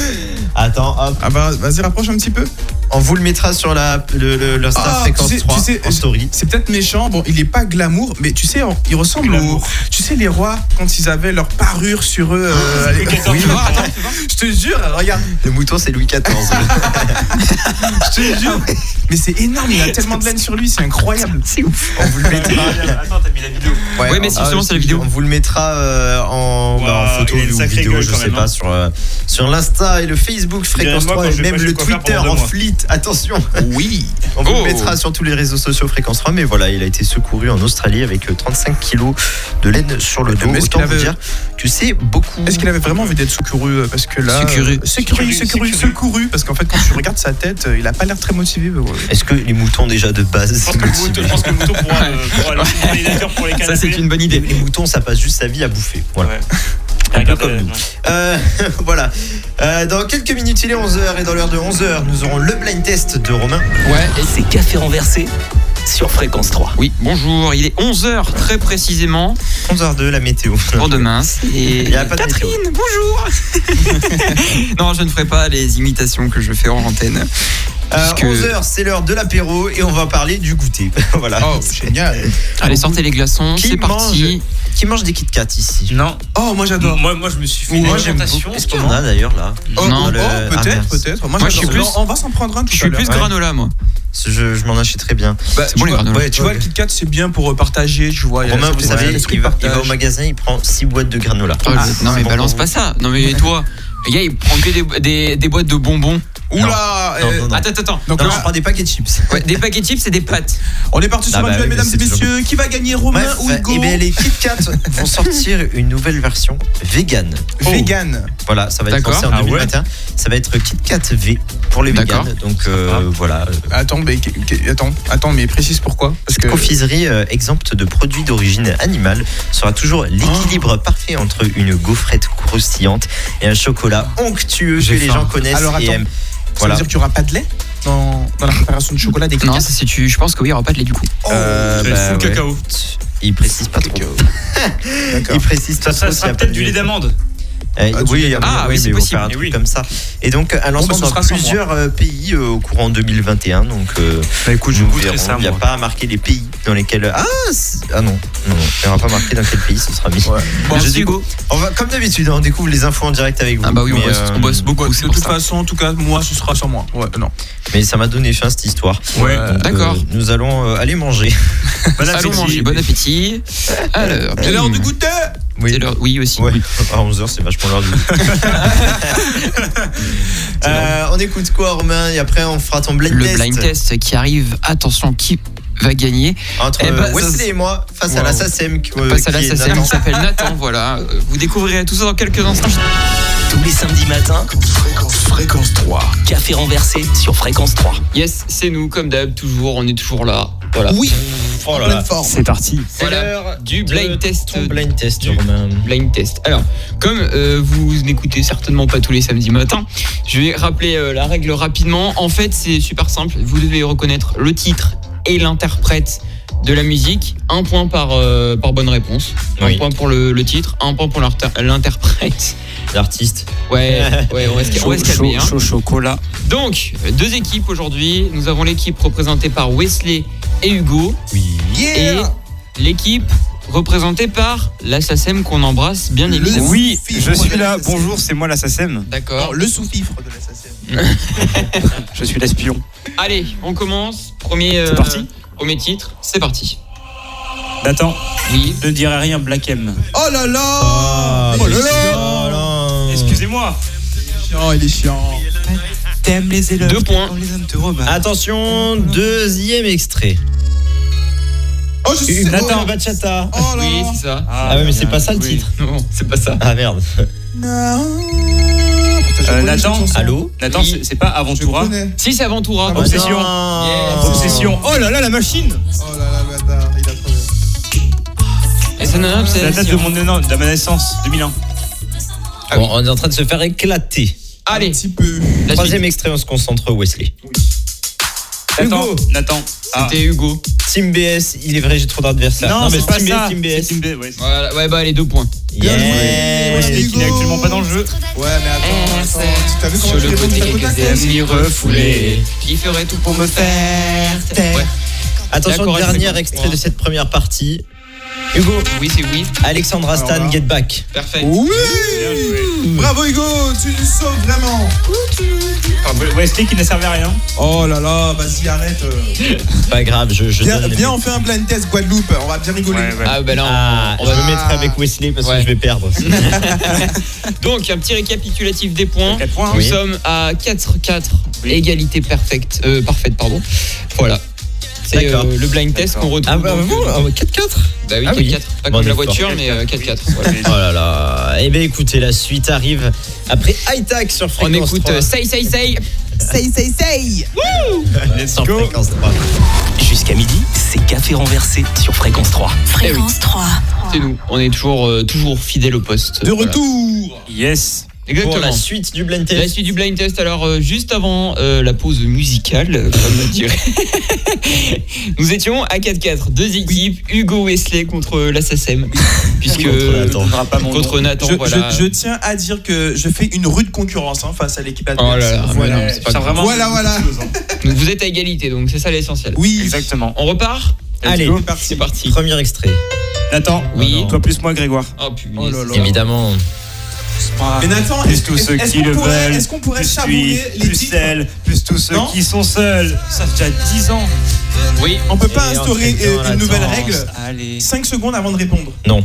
Speaker 4: Attends, hop.
Speaker 6: Ah bah, vas-y, rapproche un petit peu.
Speaker 4: En on vous le mettra sur la, le, le- l'Insta
Speaker 6: Ah,
Speaker 4: Fréquence
Speaker 6: tu sais-
Speaker 4: 3
Speaker 6: tu sais,
Speaker 4: en
Speaker 6: je-
Speaker 4: story.
Speaker 6: C'est peut-être méchant, bon, il est pas glamour, mais tu sais, on- il ressemble au.
Speaker 5: Glamour.
Speaker 6: Tu sais, les rois, quand ils avaient leur parure sur eux. euh, à l'époque.
Speaker 5: Attends,
Speaker 6: Oui,
Speaker 5: tu vois,
Speaker 6: attends, je te jure, regarde,
Speaker 4: Le mouton, c'est Louis
Speaker 5: *laughs*
Speaker 4: XIV.
Speaker 6: je te jure. Mais c'est énorme, il a tellement de laine sur lui, c'est incroyable.
Speaker 3: C'est ouf.
Speaker 4: on vous le mettra.
Speaker 5: Attends, t'as mis la vidéo.
Speaker 3: Ouais, mais
Speaker 4: on-
Speaker 3: si, justement,
Speaker 4: ah,
Speaker 3: c'est la vidéo.
Speaker 4: On vous le mettra euh, en, bah, en
Speaker 5: Waouh,
Speaker 4: photo
Speaker 5: il a une
Speaker 4: ou
Speaker 5: sacrée
Speaker 4: vidéo,
Speaker 5: gueule
Speaker 4: je
Speaker 5: quand
Speaker 4: sais
Speaker 5: même,
Speaker 4: pas,
Speaker 5: hein.
Speaker 4: sur, euh, sur l'Insta et le Facebook Fréquence
Speaker 5: Dirais-moi
Speaker 4: 3
Speaker 5: quand
Speaker 4: et
Speaker 5: je
Speaker 4: même
Speaker 5: vais
Speaker 4: le
Speaker 5: pas chez le coiffeur
Speaker 4: Twitter
Speaker 5: pendant
Speaker 4: en
Speaker 5: deux mois.
Speaker 4: fleet. Attention,
Speaker 3: Oui.
Speaker 4: on vous
Speaker 3: Oh.
Speaker 4: le mettra sur tous les réseaux sociaux Fréquence 3. Mais voilà, il a été secouru en Australie avec euh, 35 kilos de laine sur le dos.
Speaker 6: Mais est-ce
Speaker 4: Autant
Speaker 6: qu'il
Speaker 4: vous
Speaker 6: avait-
Speaker 4: dire que c'est beaucoup.
Speaker 6: Est-ce qu'il avait vraiment envie d'être secouru euh, Parce que là.
Speaker 3: Secouru.
Speaker 6: euh, Secouru, secouru, secouru. Parce qu'en fait, quand tu regardes sa tête, euh, il a pas l'air très motivé. mais ouais.
Speaker 4: Est-ce que les moutons déjà de base
Speaker 5: Je pense que le
Speaker 4: motivent
Speaker 5: mouton- je pense que le mouton pourra euh, pourra lancer une candidature pour les
Speaker 3: Ça,
Speaker 5: canapés.
Speaker 3: c'est une bonne
Speaker 4: les,
Speaker 3: idée.
Speaker 4: les moutons, ça passe juste sa vie à bouffer. Voilà.
Speaker 5: Ouais. Regarde, euh, ouais.
Speaker 4: Euh, *laughs* voilà. Euh, dans quelques minutes, il est 11h et dans l'heure de 11h, nous aurons le blind test de Romain.
Speaker 3: Ouais.
Speaker 1: C'est Café renversé sur Fréquence 3.
Speaker 3: Oui, bonjour. Il est 11h très précisément
Speaker 4: 11h02, la météo.
Speaker 3: pour demain. Et
Speaker 4: Il y a pas de
Speaker 3: Catherine,
Speaker 4: *laughs*
Speaker 3: bonjour. non, je ne ferai pas les imitations que je fais en antenne.
Speaker 4: Euh,
Speaker 3: Puisque-
Speaker 4: 11h, c'est l'heure de l'apéro et on va parler du goûter. *laughs* voilà.
Speaker 6: Oh, génial.
Speaker 3: Allez, sortez les glaçons,
Speaker 4: Qui
Speaker 3: c'est parti.
Speaker 4: Qui mange des Kit Kat ici
Speaker 5: Non.
Speaker 6: Oh, moi j'adore.
Speaker 5: Moi, moi, je me suis fait
Speaker 6: Ouh,
Speaker 5: une
Speaker 6: moi, j'aime
Speaker 5: alimentation.
Speaker 4: Est-ce qu'il y en a d'ailleurs là
Speaker 6: Oh,
Speaker 3: Non.
Speaker 6: oh,
Speaker 4: Le-
Speaker 6: oh,
Speaker 4: ah,
Speaker 6: peut-être,
Speaker 4: merci.
Speaker 6: peut-être. Moi,
Speaker 3: Moi, je suis
Speaker 6: j'adore.
Speaker 3: plus-
Speaker 6: Non, On va s'en prendre un tout
Speaker 3: Je
Speaker 6: à
Speaker 3: suis
Speaker 6: l'heure.
Speaker 3: plus
Speaker 6: Ouais.
Speaker 3: granola, moi.
Speaker 4: je, je m'en achèterais bien.
Speaker 6: Bah,
Speaker 3: C'est
Speaker 6: tu
Speaker 3: bon, les
Speaker 6: vois-
Speaker 3: granolas.
Speaker 6: ouais, tu vois, le KitKat, c'est bien pour euh, partager, tu vois. il y a
Speaker 4: Romain,
Speaker 6: cette-
Speaker 4: vous savez,
Speaker 6: euh, l'esprit
Speaker 4: il va, il
Speaker 6: partage.
Speaker 4: va au magasin, il prend 6 boîtes de granola. Ah,
Speaker 3: Oh, je- non,
Speaker 4: c'est
Speaker 3: mais
Speaker 4: bon
Speaker 3: balance
Speaker 4: pour
Speaker 3: pas ça. Non, *laughs* mais toi, les gars, ils prennent que des, des- des boîtes de bonbons.
Speaker 6: Oula
Speaker 4: Non,
Speaker 6: euh,
Speaker 4: non, non.
Speaker 3: Attends, attends, attends.
Speaker 6: Donc
Speaker 4: Non,
Speaker 6: là,
Speaker 4: je prends des paquets de chips.
Speaker 3: Ouais, des paquets chips et des pâtes.
Speaker 6: on est parti sur
Speaker 4: Ah,
Speaker 6: un
Speaker 4: bah
Speaker 6: duel,
Speaker 4: oui,
Speaker 6: mesdames
Speaker 4: mais
Speaker 6: et
Speaker 4: c'est
Speaker 6: messieurs. Qui va gagner, Romain
Speaker 4: Bref, eh ben,
Speaker 6: ou Hugo
Speaker 4: et bien les Kit
Speaker 6: *laughs*
Speaker 4: Kat vont sortir une nouvelle version vegan.
Speaker 6: Oh. Vegan.
Speaker 4: Voilà, ça va être
Speaker 3: D'accord.
Speaker 4: lancé en
Speaker 5: Ah ouais.
Speaker 4: 2021. Ça va être Kit Kat V pour les
Speaker 3: D'accord.
Speaker 4: vegans. Donc euh, voilà,
Speaker 6: Attends, mais qu- qu- attends, attends, mais précise pourquoi Parce que
Speaker 4: confiserie euh, exempte de produits d'origine animale sera toujours l'équilibre
Speaker 6: Oh.
Speaker 4: parfait entre une gaufrette croustillante et un chocolat onctueux que
Speaker 3: J'ai
Speaker 4: les
Speaker 3: faim.
Speaker 4: gens connaissent
Speaker 6: Alors,
Speaker 4: et
Speaker 6: attends.
Speaker 4: aiment.
Speaker 6: ça
Speaker 4: Voilà.
Speaker 6: veut dire qu'il n'y aura pas de lait dans, dans la préparation de chocolat des Kit
Speaker 3: Non,
Speaker 6: Kat
Speaker 3: ça, c'est tu. Je pense que oui, il n'y aura pas de lait du coup.
Speaker 6: Oh,
Speaker 4: Euh,
Speaker 5: Je vais
Speaker 4: bah,
Speaker 5: foutre le
Speaker 4: ouais.
Speaker 5: cacao.
Speaker 4: Il précise pas trop. Il *laughs*
Speaker 6: D'accord.
Speaker 4: précise pas
Speaker 5: Ça, ça
Speaker 4: trop s'il y
Speaker 5: sera
Speaker 4: a pas
Speaker 5: peut-être
Speaker 4: de
Speaker 5: du lait
Speaker 4: lait.
Speaker 5: d'amande.
Speaker 4: Euh,
Speaker 6: Ah, du
Speaker 4: oui,
Speaker 6: lait
Speaker 4: il y a-
Speaker 3: d'amande. Ah,
Speaker 4: oui,
Speaker 3: oui, c'est
Speaker 4: mais on va faire
Speaker 3: possible.
Speaker 4: un
Speaker 5: Mais
Speaker 4: truc
Speaker 5: oui.
Speaker 4: comme ça. Et donc, à
Speaker 6: bah,
Speaker 4: l'ensemble
Speaker 6: ce
Speaker 4: dans
Speaker 6: sera sans moi.
Speaker 4: plusieurs euh, pays euh, au courant 2021. Donc, euh,
Speaker 5: Bah écoute,
Speaker 4: nous verrons. Il n'y a pas à marquer les pays dans lesquels. Ah, c'est- ah non, non, non. il n'y aura pas marqué dans quel pays ce sera mis.
Speaker 3: Merci,
Speaker 4: découvre-
Speaker 3: Hugo.
Speaker 4: On va, comme d'habitude, hein, on découvre les infos en direct avec vous.
Speaker 3: Ah bah oui, on
Speaker 4: mais,
Speaker 3: bosse,
Speaker 4: euh,
Speaker 3: on bosse beaucoup, c'est
Speaker 6: De
Speaker 3: pour
Speaker 6: toute
Speaker 3: ça.
Speaker 6: façon, en tout cas, moi, ce sera sans moi. Ouais, non.
Speaker 4: mais ça m'a donné faim cette histoire.
Speaker 5: Ouais.
Speaker 4: Donc,
Speaker 3: D'accord.
Speaker 4: euh, nous allons euh, aller manger.
Speaker 5: Bon
Speaker 3: Allons
Speaker 5: appétit.
Speaker 3: manger, bon appétit. Alors,
Speaker 6: C'est l'heure du
Speaker 3: bim.
Speaker 6: goûter
Speaker 3: C'est l'heure- Oui, aussi.
Speaker 4: Ouais. À 11h, c'est vachement l'heure
Speaker 3: *laughs*
Speaker 4: du goûter. Euh, on écoute quoi, Romain Et après, on fera ton blind
Speaker 3: Le
Speaker 4: test.
Speaker 3: blind test qui arrive. Attention, qui va gagner
Speaker 4: Entre
Speaker 3: Eh ben,
Speaker 4: euh, Wesley
Speaker 3: ça,
Speaker 4: et moi, face à
Speaker 6: Wow.
Speaker 4: la SACEM. qui- euh,
Speaker 3: Passe à la
Speaker 4: qui est
Speaker 3: SACM,
Speaker 4: Nathan.
Speaker 3: il s'appelle *laughs* Nathan, voilà. Euh, Vous découvrirez tout ça dans quelques instants.
Speaker 1: Tous les samedis matins,
Speaker 2: Fréquence, fréquence 3.
Speaker 1: Café renversé sur Fréquence 3.
Speaker 3: Yes, c'est nous, comme d'hab, toujours, on est toujours là. Voilà.
Speaker 6: Oui
Speaker 4: Oh là
Speaker 6: Pleine
Speaker 4: là.
Speaker 6: forme.
Speaker 3: parti.
Speaker 4: C'est
Speaker 3: Voilà.
Speaker 4: l'heure
Speaker 3: du
Speaker 4: de
Speaker 3: blind test.
Speaker 4: Euh, Ton blind test,
Speaker 3: du-
Speaker 4: Romain.
Speaker 3: Blind test. Alors, comme euh, vous n'écoutez certainement pas tous les samedis matins, je vais rappeler euh, la règle rapidement. En fait, c'est super simple. Vous devez reconnaître le titre et l'interprète de la musique. Un point par, euh, par bonne réponse. Un
Speaker 4: Oui.
Speaker 3: point pour le, le titre, un point pour l'inter- l'interprète.
Speaker 4: L'artiste. *laughs*
Speaker 3: Ouais, ouais, on va se, on va se calmer. hein.
Speaker 1: chocolat.
Speaker 3: Donc, deux équipes aujourd'hui. Nous avons l'équipe représentée par Wesley et Hugo
Speaker 4: Oui.
Speaker 3: et l'équipe représentée par la SACEM qu'on embrasse bien évidemment.
Speaker 5: Oui,
Speaker 6: Fille,
Speaker 5: je suis
Speaker 6: moi,
Speaker 5: là.
Speaker 6: la SACEM.
Speaker 5: Bonjour, c'est moi la SACEM.
Speaker 3: D'accord.
Speaker 6: Le sous-fifre de l'assassin.
Speaker 5: Je suis l'espion.
Speaker 3: Allez, on commence. Premier, euh,
Speaker 5: C'est parti
Speaker 3: premier titre, c'est parti.
Speaker 5: Nathan,
Speaker 3: Oui.
Speaker 5: ne dirai rien, Black M.
Speaker 6: Oh là
Speaker 3: Ah,
Speaker 6: là Oh là là
Speaker 5: Euh, Excusez-moi.
Speaker 6: Chiant, il est chiant.
Speaker 5: T'aimes les élèves.
Speaker 3: Deux points.
Speaker 5: Les hommes te remarquent.
Speaker 4: Attention, deuxième extrait.
Speaker 6: Oh, je sais
Speaker 5: Nathan.
Speaker 6: Oh,
Speaker 4: Bachata.
Speaker 6: Oh là
Speaker 3: Oui, c'est ça.
Speaker 4: Ah, ouais, mais c'est pas ça le
Speaker 5: oui.
Speaker 4: titre.
Speaker 3: Non, c'est pas ça. *laughs*
Speaker 4: Ah merde.
Speaker 6: Oh, Non.
Speaker 5: Euh, Nathan,
Speaker 4: Allô
Speaker 5: Nathan,
Speaker 3: Oui.
Speaker 5: c'est- c'est pas
Speaker 6: Je
Speaker 5: Aventura.
Speaker 6: connais.
Speaker 3: Si, c'est Aventura.
Speaker 6: Ah,
Speaker 5: Obsession.
Speaker 4: Non.
Speaker 3: Yes.
Speaker 5: Obsession. Oh là là, la machine.
Speaker 6: Oh là là, le bâtard, il a trouvé.
Speaker 3: Et ça n'a
Speaker 5: C'est la date de mon énorme- de ma naissance, 2001.
Speaker 4: Bon, on est en train de se faire éclater.
Speaker 3: Allez,
Speaker 6: Un petit
Speaker 3: Ah
Speaker 6: peu.
Speaker 3: la suite.
Speaker 4: Troisième extrait, on se concentre Wesley.
Speaker 5: Nathan, Nathan. Ah.
Speaker 3: C'était Hugo.
Speaker 4: Team BS, il est vrai, j'ai trop d'adversaires.
Speaker 5: Non, c'est pas
Speaker 4: Team BS,
Speaker 5: ça.
Speaker 4: Team
Speaker 5: C'est
Speaker 4: BS.
Speaker 5: Team B, ouais.
Speaker 3: Voilà, ouais, bah les deux points.
Speaker 4: Yeah.
Speaker 5: Ouais, c'est qu'il est actuellement pas dans le jeu.
Speaker 6: Ouais, mais attends, attends. Tu t'as vu comment je l'ai remis tac au tac, là
Speaker 3: refoulés, il ferait tout pour me faire taire. Ouais.
Speaker 4: Attention,
Speaker 3: D'accord,
Speaker 4: dernier
Speaker 3: Alexandre.
Speaker 4: extrait de cette première partie. Hugo,
Speaker 3: Oui, c'est oui.
Speaker 4: Alexandra
Speaker 6: Alors
Speaker 4: Stan,
Speaker 6: là.
Speaker 4: Get Back.
Speaker 3: Parfait.
Speaker 6: Oui
Speaker 5: Bien joué.
Speaker 6: Bravo Hugo, tu le sauves vraiment
Speaker 5: Enfin, Wesley qui ne servait à rien.
Speaker 6: Oh là là, vas-y arrête euh.
Speaker 4: Pas grave, je, je
Speaker 6: Viens,
Speaker 4: donne les-
Speaker 6: viens, on fait un blind test Guadeloupe, on va bien rigoler
Speaker 5: Ouais, ouais.
Speaker 3: Ah, bah là, on-
Speaker 4: Ah,
Speaker 3: on va
Speaker 4: je me mettrai avec Wesley parce
Speaker 3: Ouais.
Speaker 4: que je vais perdre.
Speaker 3: Donc, un petit récapitulatif des points.
Speaker 5: 4 points.
Speaker 3: Nous
Speaker 4: Oui.
Speaker 3: sommes à 4-4,
Speaker 5: Oui.
Speaker 3: égalité parfaite, euh, parfaite, pardon. Voilà. C'est
Speaker 4: D'accord.
Speaker 3: euh, le blind test qu'on retrouve.
Speaker 4: *laughs* Ah bah
Speaker 3: donc,
Speaker 4: bon,
Speaker 3: euh,
Speaker 4: ah, 4-4
Speaker 3: bah oui,
Speaker 4: Ah
Speaker 3: 4-4.
Speaker 4: oui.
Speaker 3: Pas
Speaker 4: Bon
Speaker 3: comme la
Speaker 4: effort.
Speaker 3: voiture, mais euh, 4-4. voilà.
Speaker 4: Oh là là. Eh bien écoutez, la suite arrive après High Tech sur
Speaker 3: On
Speaker 4: Fréquence Eh
Speaker 3: écoute
Speaker 4: 3.
Speaker 3: euh, Say Say Say.
Speaker 4: Sur Fréquence 3.
Speaker 1: Jusqu'à midi, c'est café renversé sur fréquence 3.
Speaker 9: Fréquence 3.
Speaker 3: C'est nous. On est toujours, euh, toujours fidèle au poste.
Speaker 6: De
Speaker 3: Voilà.
Speaker 6: retour
Speaker 5: Yes.
Speaker 4: Pour
Speaker 3: Exactement.
Speaker 4: la suite du blind
Speaker 3: La
Speaker 4: test.
Speaker 3: suite du blind test, alors euh, juste avant euh, la pause musicale, euh, comme on dirait, nous étions à 4-4, deux équipes, Hugo Wesley contre la SACEM, puisque
Speaker 4: Contre Nathan.
Speaker 5: On pas mon
Speaker 3: contre Nathan,
Speaker 6: je,
Speaker 3: voilà.
Speaker 6: je- je tiens à dire que je fais une rude concurrence hein, face à l'équipe adverse.
Speaker 3: Oh là là,
Speaker 6: voilà.
Speaker 3: mais non, c'est pas
Speaker 5: Ça,
Speaker 3: grave.
Speaker 5: vraiment,
Speaker 6: Voilà,
Speaker 5: c'est
Speaker 6: voilà.
Speaker 5: une chose, hein.
Speaker 3: Donc vous êtes à égalité, donc c'est ça l'essentiel.
Speaker 6: Oui,
Speaker 5: Exactement.
Speaker 3: On repart
Speaker 4: Allez,
Speaker 6: c'est parti.
Speaker 3: C'est parti.
Speaker 4: premier extrait. Ah
Speaker 5: Nathan.
Speaker 3: Oui.
Speaker 5: Toi plus moi, Grégoire.
Speaker 3: Oh putain.
Speaker 6: Oh là là.
Speaker 4: Évidemment.
Speaker 6: Mais Nathan,
Speaker 5: Plus
Speaker 6: est-ce
Speaker 5: tous ceux
Speaker 6: est-ce
Speaker 5: qui
Speaker 6: qu'on
Speaker 5: le
Speaker 6: pourrait,
Speaker 5: veulent,
Speaker 6: est-ce qu'on pourrait
Speaker 5: plus
Speaker 6: chabouiller
Speaker 5: lui,
Speaker 6: les
Speaker 5: plus
Speaker 6: titres
Speaker 5: elle, plus tous ceux
Speaker 6: Non
Speaker 5: qui sont seuls. Ça fait déjà 10 ans.
Speaker 3: Oui,
Speaker 6: On peut pas
Speaker 4: Et
Speaker 6: instaurer
Speaker 4: entre-temps,
Speaker 6: euh, une nouvelle
Speaker 4: Nathan,
Speaker 6: règle
Speaker 5: Allez.
Speaker 6: 5 secondes avant de répondre.
Speaker 3: Ah,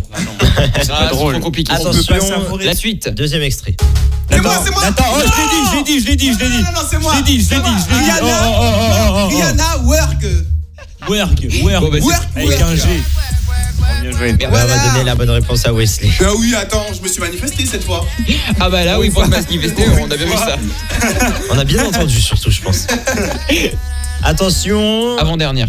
Speaker 3: c'est
Speaker 5: pas drôle.
Speaker 3: trop compliqué.
Speaker 4: Attends.
Speaker 6: On peut pas
Speaker 4: Attention.
Speaker 6: savourer.
Speaker 3: La suite.
Speaker 4: Deuxième extrait.
Speaker 6: C'est moi, c'est moi
Speaker 5: Nathan, oh, je l'ai dit, je l'ai dit, je l'ai dit, je l'ai dit.
Speaker 6: Non, non, non, c'est moi
Speaker 5: Je l'ai dit, je l'ai dit, je l'ai dit. Oh,
Speaker 6: Rihanna,
Speaker 5: oh, oh, oh, oh, oh.
Speaker 6: Rihanna, work
Speaker 5: Work, work,
Speaker 3: Bon, bah, c'est-
Speaker 6: Work,
Speaker 5: Avec un G. Bien
Speaker 6: work
Speaker 5: joué.
Speaker 4: Ah bah,
Speaker 6: Voilà.
Speaker 4: On va donner la bonne réponse à Wesley.
Speaker 6: Ah oui, attends, je me suis manifesté cette fois.
Speaker 3: Ah bah là, oui, pour manifester, on a bien vu ça.
Speaker 4: On a bien entendu surtout, je pense. Attention.
Speaker 3: Ah Avant-dernière.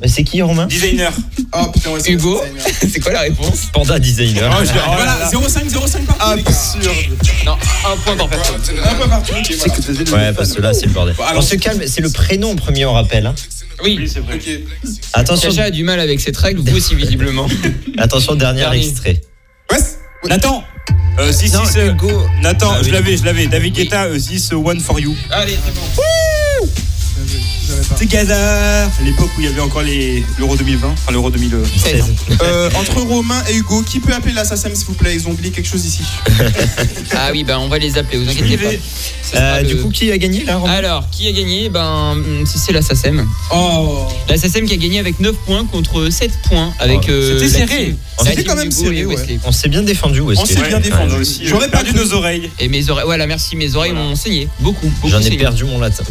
Speaker 4: Mais c'est qui Romain
Speaker 5: Designer.
Speaker 6: Oh putain, ouais, c'est
Speaker 3: Hugo.
Speaker 6: c'est- c'est-
Speaker 3: C'est quoi la réponse
Speaker 4: Panda designer.
Speaker 6: Voilà, 0,5, 0,5 partout. les gars.
Speaker 3: Non, un point par personne.
Speaker 6: Un peu partout. ok, voilà.
Speaker 4: Ouais, parce que là, c'est le bordel.
Speaker 6: Bon, alors-
Speaker 4: On se calme, c'est le prénom premier, on rappelle. hein.
Speaker 3: Oui,
Speaker 5: c'est vrai.
Speaker 6: Ok.
Speaker 4: Attention,
Speaker 3: Chacha a du mal avec cette règle, vous aussi visiblement.
Speaker 4: attention, dernier
Speaker 3: Dernier.
Speaker 4: extrait.
Speaker 6: Ouais,
Speaker 5: Nathan. Euh, si, si,
Speaker 4: Non,
Speaker 5: c'est-
Speaker 4: Hugo.
Speaker 5: Nathan,
Speaker 4: Ah
Speaker 5: je
Speaker 4: oui.
Speaker 5: l'avais, je l'avais. David
Speaker 3: Oui.
Speaker 5: Guetta, euh, si, ce One for You.
Speaker 3: Allez, c'est bon.
Speaker 5: Together. À l'époque où il y avait encore les- l'Euro 2020, enfin l'Euro 2016.
Speaker 3: Seize.
Speaker 5: *laughs*
Speaker 6: Euh, entre Romain et Hugo, qui peut appeler l'assassin s'il vous plaît Ils ont oublié quelque chose ici.
Speaker 3: Ah oui, ben on va les appeler, vous inquiétez pas. Ce sera
Speaker 4: Euh,
Speaker 3: le- Ah.
Speaker 4: Du coup, qui a gagné là Romain
Speaker 3: Alors, qui a gagné Ben, hum, c'est c'est la SACEM.
Speaker 6: Oh
Speaker 3: La SACEM qui a gagné avec 9 points contre 7 points avec.
Speaker 4: Oh,
Speaker 3: euh,
Speaker 6: c'était
Speaker 3: la
Speaker 6: serré.
Speaker 3: team-
Speaker 6: C'était
Speaker 3: la team
Speaker 6: quand même
Speaker 3: Hugo et
Speaker 6: serré, ouais.
Speaker 3: Wesley.
Speaker 4: On s'est bien défendu, Wesley.
Speaker 6: On s'est bien défendu.
Speaker 5: Moi aussi, euh,
Speaker 6: J'aurais pas
Speaker 5: perdu
Speaker 6: cru.
Speaker 5: nos oreilles.
Speaker 3: Et mes oreilles, voilà, merci, mes oreilles
Speaker 5: Voilà.
Speaker 3: m'ont saigné. Beaucoup, beaucoup.
Speaker 4: J'en ai
Speaker 3: saigné.
Speaker 4: perdu mon latin.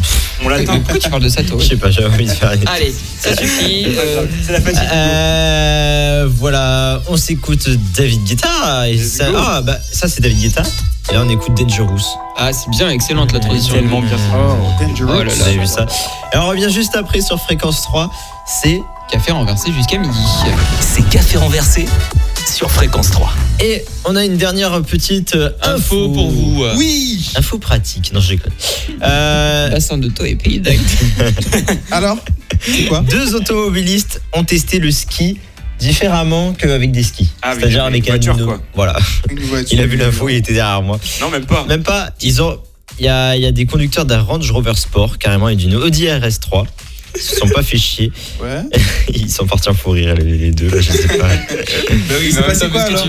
Speaker 5: On
Speaker 3: Mais
Speaker 5: l'attend.
Speaker 3: Pourquoi tu parles de ça, toi
Speaker 4: *laughs* Je sais pas, j'avais envie de faire une-
Speaker 3: Allez, ça suffit. euh,
Speaker 5: C'est la fatigue.
Speaker 4: Euh, voilà, on s'écoute David Guetta. Et ça, ah, bah, ça c'est David Guetta. Et là, on écoute Dangerous.
Speaker 3: Ah, c'est bien, excellente la
Speaker 5: C'est
Speaker 3: transition.
Speaker 5: tellement bien.
Speaker 4: Vous
Speaker 3: Oh là là.
Speaker 4: avez vu ça. Et on revient juste après sur Fréquence 3. C'est.
Speaker 3: Café renversé jusqu'à midi.
Speaker 1: C'est café renversé sur fréquence 3.
Speaker 4: Et on a une dernière petite euh, info,
Speaker 3: Info pour vous. euh,
Speaker 6: Oui
Speaker 4: Info pratique. Non, je déconne. Euh,
Speaker 3: Bassin de taux et pays d'acte.
Speaker 6: Alors
Speaker 4: deux automobilistes ont testé le ski différemment qu'avec des skis.
Speaker 5: Ah oui,
Speaker 4: C'est-à-dire
Speaker 5: avec
Speaker 4: avec
Speaker 5: une voiture,
Speaker 4: anneau.
Speaker 5: quoi.
Speaker 4: Voilà.
Speaker 6: Une voiture.
Speaker 4: Il a vu l'info, il était derrière moi.
Speaker 5: Non, même pas.
Speaker 4: Même pas. Ils ont. Il y a, il y a des conducteurs d'un Range Rover Sport carrément et d'une Audi RS3. Ils se sont pas fait chier.
Speaker 6: Ouais.
Speaker 4: Eh
Speaker 6: *laughs*
Speaker 4: Ils sont partis en fou rire les, les deux. Là, je sais
Speaker 5: *laughs*
Speaker 4: pas. ben
Speaker 6: Il s'est passé quoi alors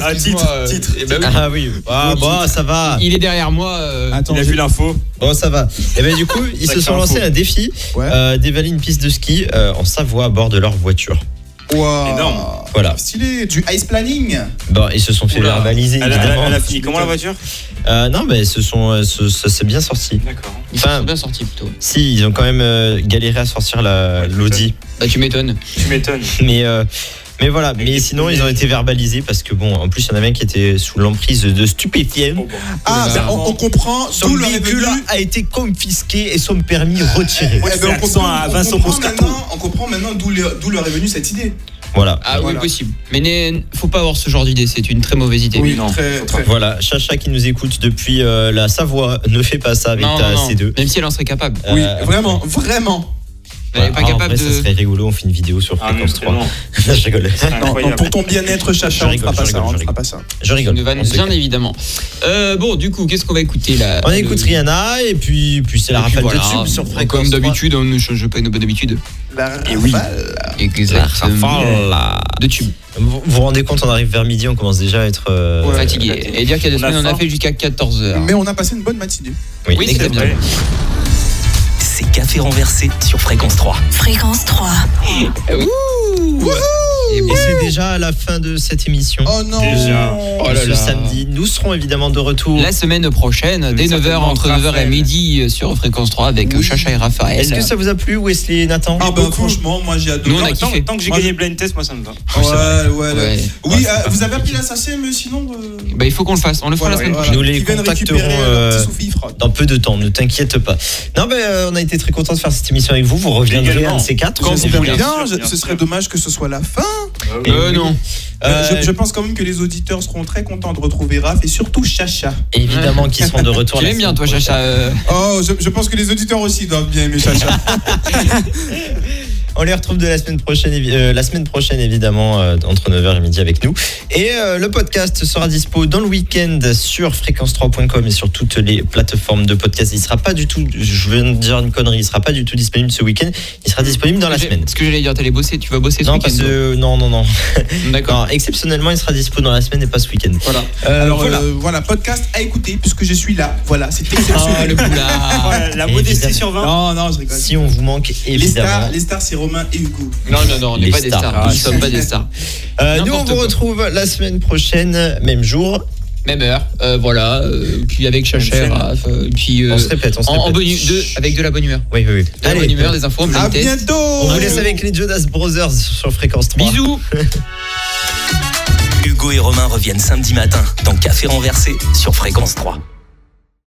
Speaker 5: Ah, titre, titre.
Speaker 3: Eh ben oui.
Speaker 4: Ah oui. Ah bon, ça va.
Speaker 3: Il est derrière moi. euh,
Speaker 4: ben, Ah.
Speaker 6: Attends,
Speaker 5: Il a
Speaker 6: j'ai-
Speaker 5: vu l'info.
Speaker 4: Bon, ça va. Et ben du coup, ils se
Speaker 5: Sacrée
Speaker 4: sont lancés
Speaker 5: info.
Speaker 4: un défi
Speaker 6: Ouais.
Speaker 4: euh, d'évaluer une piste de ski euh, en Savoie à bord de leur voiture.
Speaker 6: Wow.
Speaker 5: Énorme.
Speaker 4: Voilà.
Speaker 6: Ah, Stylé, du ice planning.
Speaker 4: Bon, ils se sont fait
Speaker 3: Oula.
Speaker 4: verbaliser
Speaker 5: Elle a- elle a
Speaker 4: évidemment.
Speaker 5: elle a fini. Comment la voiture
Speaker 4: Euh, non, mais ce sont, euh, ce- ça s'est bien sorti.
Speaker 5: D'accord.
Speaker 3: Ils sont
Speaker 4: Enfin-
Speaker 3: bien sortis plutôt.
Speaker 4: Si, ils ont quand même euh, galéré à sortir la- l'Audi.
Speaker 3: Bah tu m'étonnes.
Speaker 5: Tu m'étonnes.
Speaker 4: mais euh, Mais voilà, mais sinon ils ont été verbalisés parce que bon, en plus il y en avait un qui était sous l'emprise de stupéfiants.
Speaker 6: Ah, bah, on, on comprend
Speaker 4: Son
Speaker 6: tout le
Speaker 4: véhicule
Speaker 6: revenu.
Speaker 4: a été confisqué et son permis retiré.
Speaker 6: Eh ben, on
Speaker 5: l'accent
Speaker 6: comprend-
Speaker 5: à
Speaker 6: on
Speaker 5: Vincent
Speaker 6: comprend
Speaker 5: Moscato.
Speaker 6: maintenant- On comprend maintenant d'où le- d'où leur est venue cette idée.
Speaker 4: Voilà.
Speaker 3: Ah
Speaker 6: Voilà.
Speaker 3: oui, possible. Mais ne faut pas avoir ce genre d'idée, c'est une très mauvaise idée.
Speaker 6: non. Très, très.
Speaker 4: Voilà, Chacha qui nous écoute depuis euh, la Savoie, *laughs* ne fais pas ça avec
Speaker 3: Non,
Speaker 4: ta
Speaker 3: non, non.
Speaker 4: C2.
Speaker 3: Même si elle en serait capable.
Speaker 4: Euh,
Speaker 6: Oui, vraiment, vraiment.
Speaker 3: Elle est
Speaker 4: voilà.
Speaker 3: pas
Speaker 4: Ah, en
Speaker 3: capable
Speaker 4: vrai,
Speaker 3: de.
Speaker 4: Ça serait rigolo, on fait une vidéo sur
Speaker 5: Ah non,
Speaker 4: Fréquence 3.
Speaker 5: vraiment,
Speaker 4: *laughs* je rigole.
Speaker 5: c'est
Speaker 6: Non, non,
Speaker 5: incroyable.
Speaker 6: pour ton bien-être, Chacha,
Speaker 4: Je
Speaker 6: on ne fera
Speaker 4: rigole,
Speaker 6: pas
Speaker 4: je
Speaker 6: ça. hein,
Speaker 4: rigole,
Speaker 6: On
Speaker 4: je
Speaker 6: ne fera pas ça.
Speaker 4: Je rigole.
Speaker 3: Une vanne,
Speaker 4: on se
Speaker 3: bien
Speaker 4: calme.
Speaker 3: évidemment. Euh, bon, du coup, qu'est-ce qu'on va écouter là
Speaker 4: On écoute Rihanna et puis, puis c'est la
Speaker 3: Et puis
Speaker 4: rafale
Speaker 3: voilà,
Speaker 4: de tube sur Fréquence
Speaker 3: Comme
Speaker 4: 3.
Speaker 3: d'habitude, on ne change pas une bonne habitude.
Speaker 5: Bah,
Speaker 6: Et oui.
Speaker 4: Ah,
Speaker 3: Exactement. De tube.
Speaker 4: Vous vous vous rendez compte, on arrive vers midi, on commence déjà à être euh,
Speaker 6: Ouais.
Speaker 3: Fatigué. Et dire qu'il y a des
Speaker 5: On a
Speaker 3: semaines, on a
Speaker 5: faim.
Speaker 3: fait jusqu'à 14h.
Speaker 6: Mais on a passé une bonne matinée.
Speaker 4: oui,
Speaker 3: Oui, c'est
Speaker 4: exactement.
Speaker 3: bien.
Speaker 1: C'est Café renversé sur Fréquence 3.
Speaker 9: Fréquence 3.
Speaker 4: Et c'est déjà à la fin de cette émission. Euh,
Speaker 6: Oh non.
Speaker 5: Déjà.
Speaker 3: Oh là
Speaker 4: ce
Speaker 3: là.
Speaker 4: samedi, nous serons évidemment de retour.
Speaker 3: La semaine prochaine, dès 9h,
Speaker 5: certainement,
Speaker 3: entre 9h et
Speaker 5: Raphaël.
Speaker 3: midi, euh, sur Fréquence 3 avec euh, Chacha et Raphaël.
Speaker 4: Est-ce que ça vous a plu, Wesley et Nathan
Speaker 6: Ah bah
Speaker 4: Oh, Beaucoup.
Speaker 6: franchement, moi j'ai adoré.
Speaker 3: Nous, on a
Speaker 5: Tant,
Speaker 3: kiffé.
Speaker 5: tant que j'ai
Speaker 6: Moi,
Speaker 5: gagné le blind test, moi ça me va.
Speaker 6: Ouais, ouais.
Speaker 3: Ouais.
Speaker 6: Oui, euh, vous avez appris l'assassin, mais sinon. euh,
Speaker 3: Bah, il faut qu'on le fasse. On le fera
Speaker 6: voilà,
Speaker 3: la semaine
Speaker 6: voilà.
Speaker 4: Nous les
Speaker 6: Qui viennent
Speaker 4: contacterons,
Speaker 6: récupérer leur petit
Speaker 4: euh,
Speaker 6: sous-fifre.
Speaker 4: dans peu de temps, ne t'inquiète pas. Non, mais euh, on a été très contents de faire cette émission avec vous. Vous reviendrez
Speaker 5: Également.
Speaker 4: un de ces quatre.
Speaker 3: Quand
Speaker 4: vous
Speaker 3: vous
Speaker 4: avez-
Speaker 3: voulez.
Speaker 6: Bien, je-
Speaker 5: bien
Speaker 6: ce
Speaker 5: sûr.
Speaker 6: serait dommage que ce soit la fin.
Speaker 4: Et-
Speaker 3: prochaine. Euh, non.
Speaker 4: Euh,
Speaker 6: Je, je pense quand même que les auditeurs seront très contents de retrouver Raph et surtout Chacha.
Speaker 4: Évidemment qu'ils seront de
Speaker 3: *laughs*
Speaker 4: retour.
Speaker 3: Tu
Speaker 4: la
Speaker 3: l'aimes bien,
Speaker 4: semaine
Speaker 3: toi,
Speaker 4: prochaine.
Speaker 3: Chacha. euh,
Speaker 6: Oh, je, je pense que les auditeurs aussi doivent bien aimer Chacha.
Speaker 4: On les retrouve de la semaine prochaine, évi- euh, la semaine prochaine évidemment, euh, entre 9h et midi avec nous. Et euh, le podcast sera dispo dans le week-end sur fréquence3.com et sur toutes les plateformes de podcast. Il sera pas du tout, je viens de dire une connerie, il sera pas du tout disponible ce week-end. Il sera disponible dans la
Speaker 3: j'ai-
Speaker 4: semaine.
Speaker 3: Ce que j'allais dire, t'allais bosser. Tu vas bosser ce
Speaker 4: Non, parce
Speaker 3: week-end.
Speaker 4: que, non, non, non.
Speaker 3: toi. D'accord.
Speaker 4: Non, Exceptionnellement, il sera dispo dans la semaine et pas ce week-end.
Speaker 6: Voilà.
Speaker 4: Euh,
Speaker 6: *laughs* Alors
Speaker 4: voilà.
Speaker 6: euh, voilà, podcast à écouter puisque je suis là. Voilà,
Speaker 3: Ah,
Speaker 6: c'était
Speaker 3: le
Speaker 6: exceptionnel.
Speaker 3: boulard.
Speaker 5: Voilà, la
Speaker 4: Et
Speaker 5: modestie
Speaker 4: évidemment.
Speaker 5: sur 20.
Speaker 6: non, non, je rigole.
Speaker 4: Si on vous manque,
Speaker 6: les
Speaker 4: évidemment.
Speaker 6: stars, les stars, c'est Romain et Hugo.
Speaker 3: Non, non, non, on n'est
Speaker 4: Les
Speaker 3: pas des
Speaker 4: stars.
Speaker 3: stars. Nous ne sommes pas des stars.
Speaker 4: Euh, nous, on
Speaker 3: N'importe
Speaker 4: vous
Speaker 3: quoi.
Speaker 4: retrouve la semaine prochaine, même jour.
Speaker 3: Même heure, euh, voilà. euh, puis avec Chacha,
Speaker 5: Même
Speaker 3: et
Speaker 5: chaîne.
Speaker 3: Raph, euh, puis euh,
Speaker 4: on se répète, on se
Speaker 3: en, en
Speaker 4: répète.
Speaker 3: bonne hu- de- avec de la bonne humeur.
Speaker 4: Oui, oui, oui.
Speaker 3: De la bonne humeur, des infos,
Speaker 6: À
Speaker 3: blind test.
Speaker 6: bientôt.
Speaker 4: On vous laisse avec les Jonas Brothers sur Fréquence 3.
Speaker 3: Bisous.
Speaker 1: Hugo et Romain reviennent samedi matin dans Café renversé sur Fréquence 3.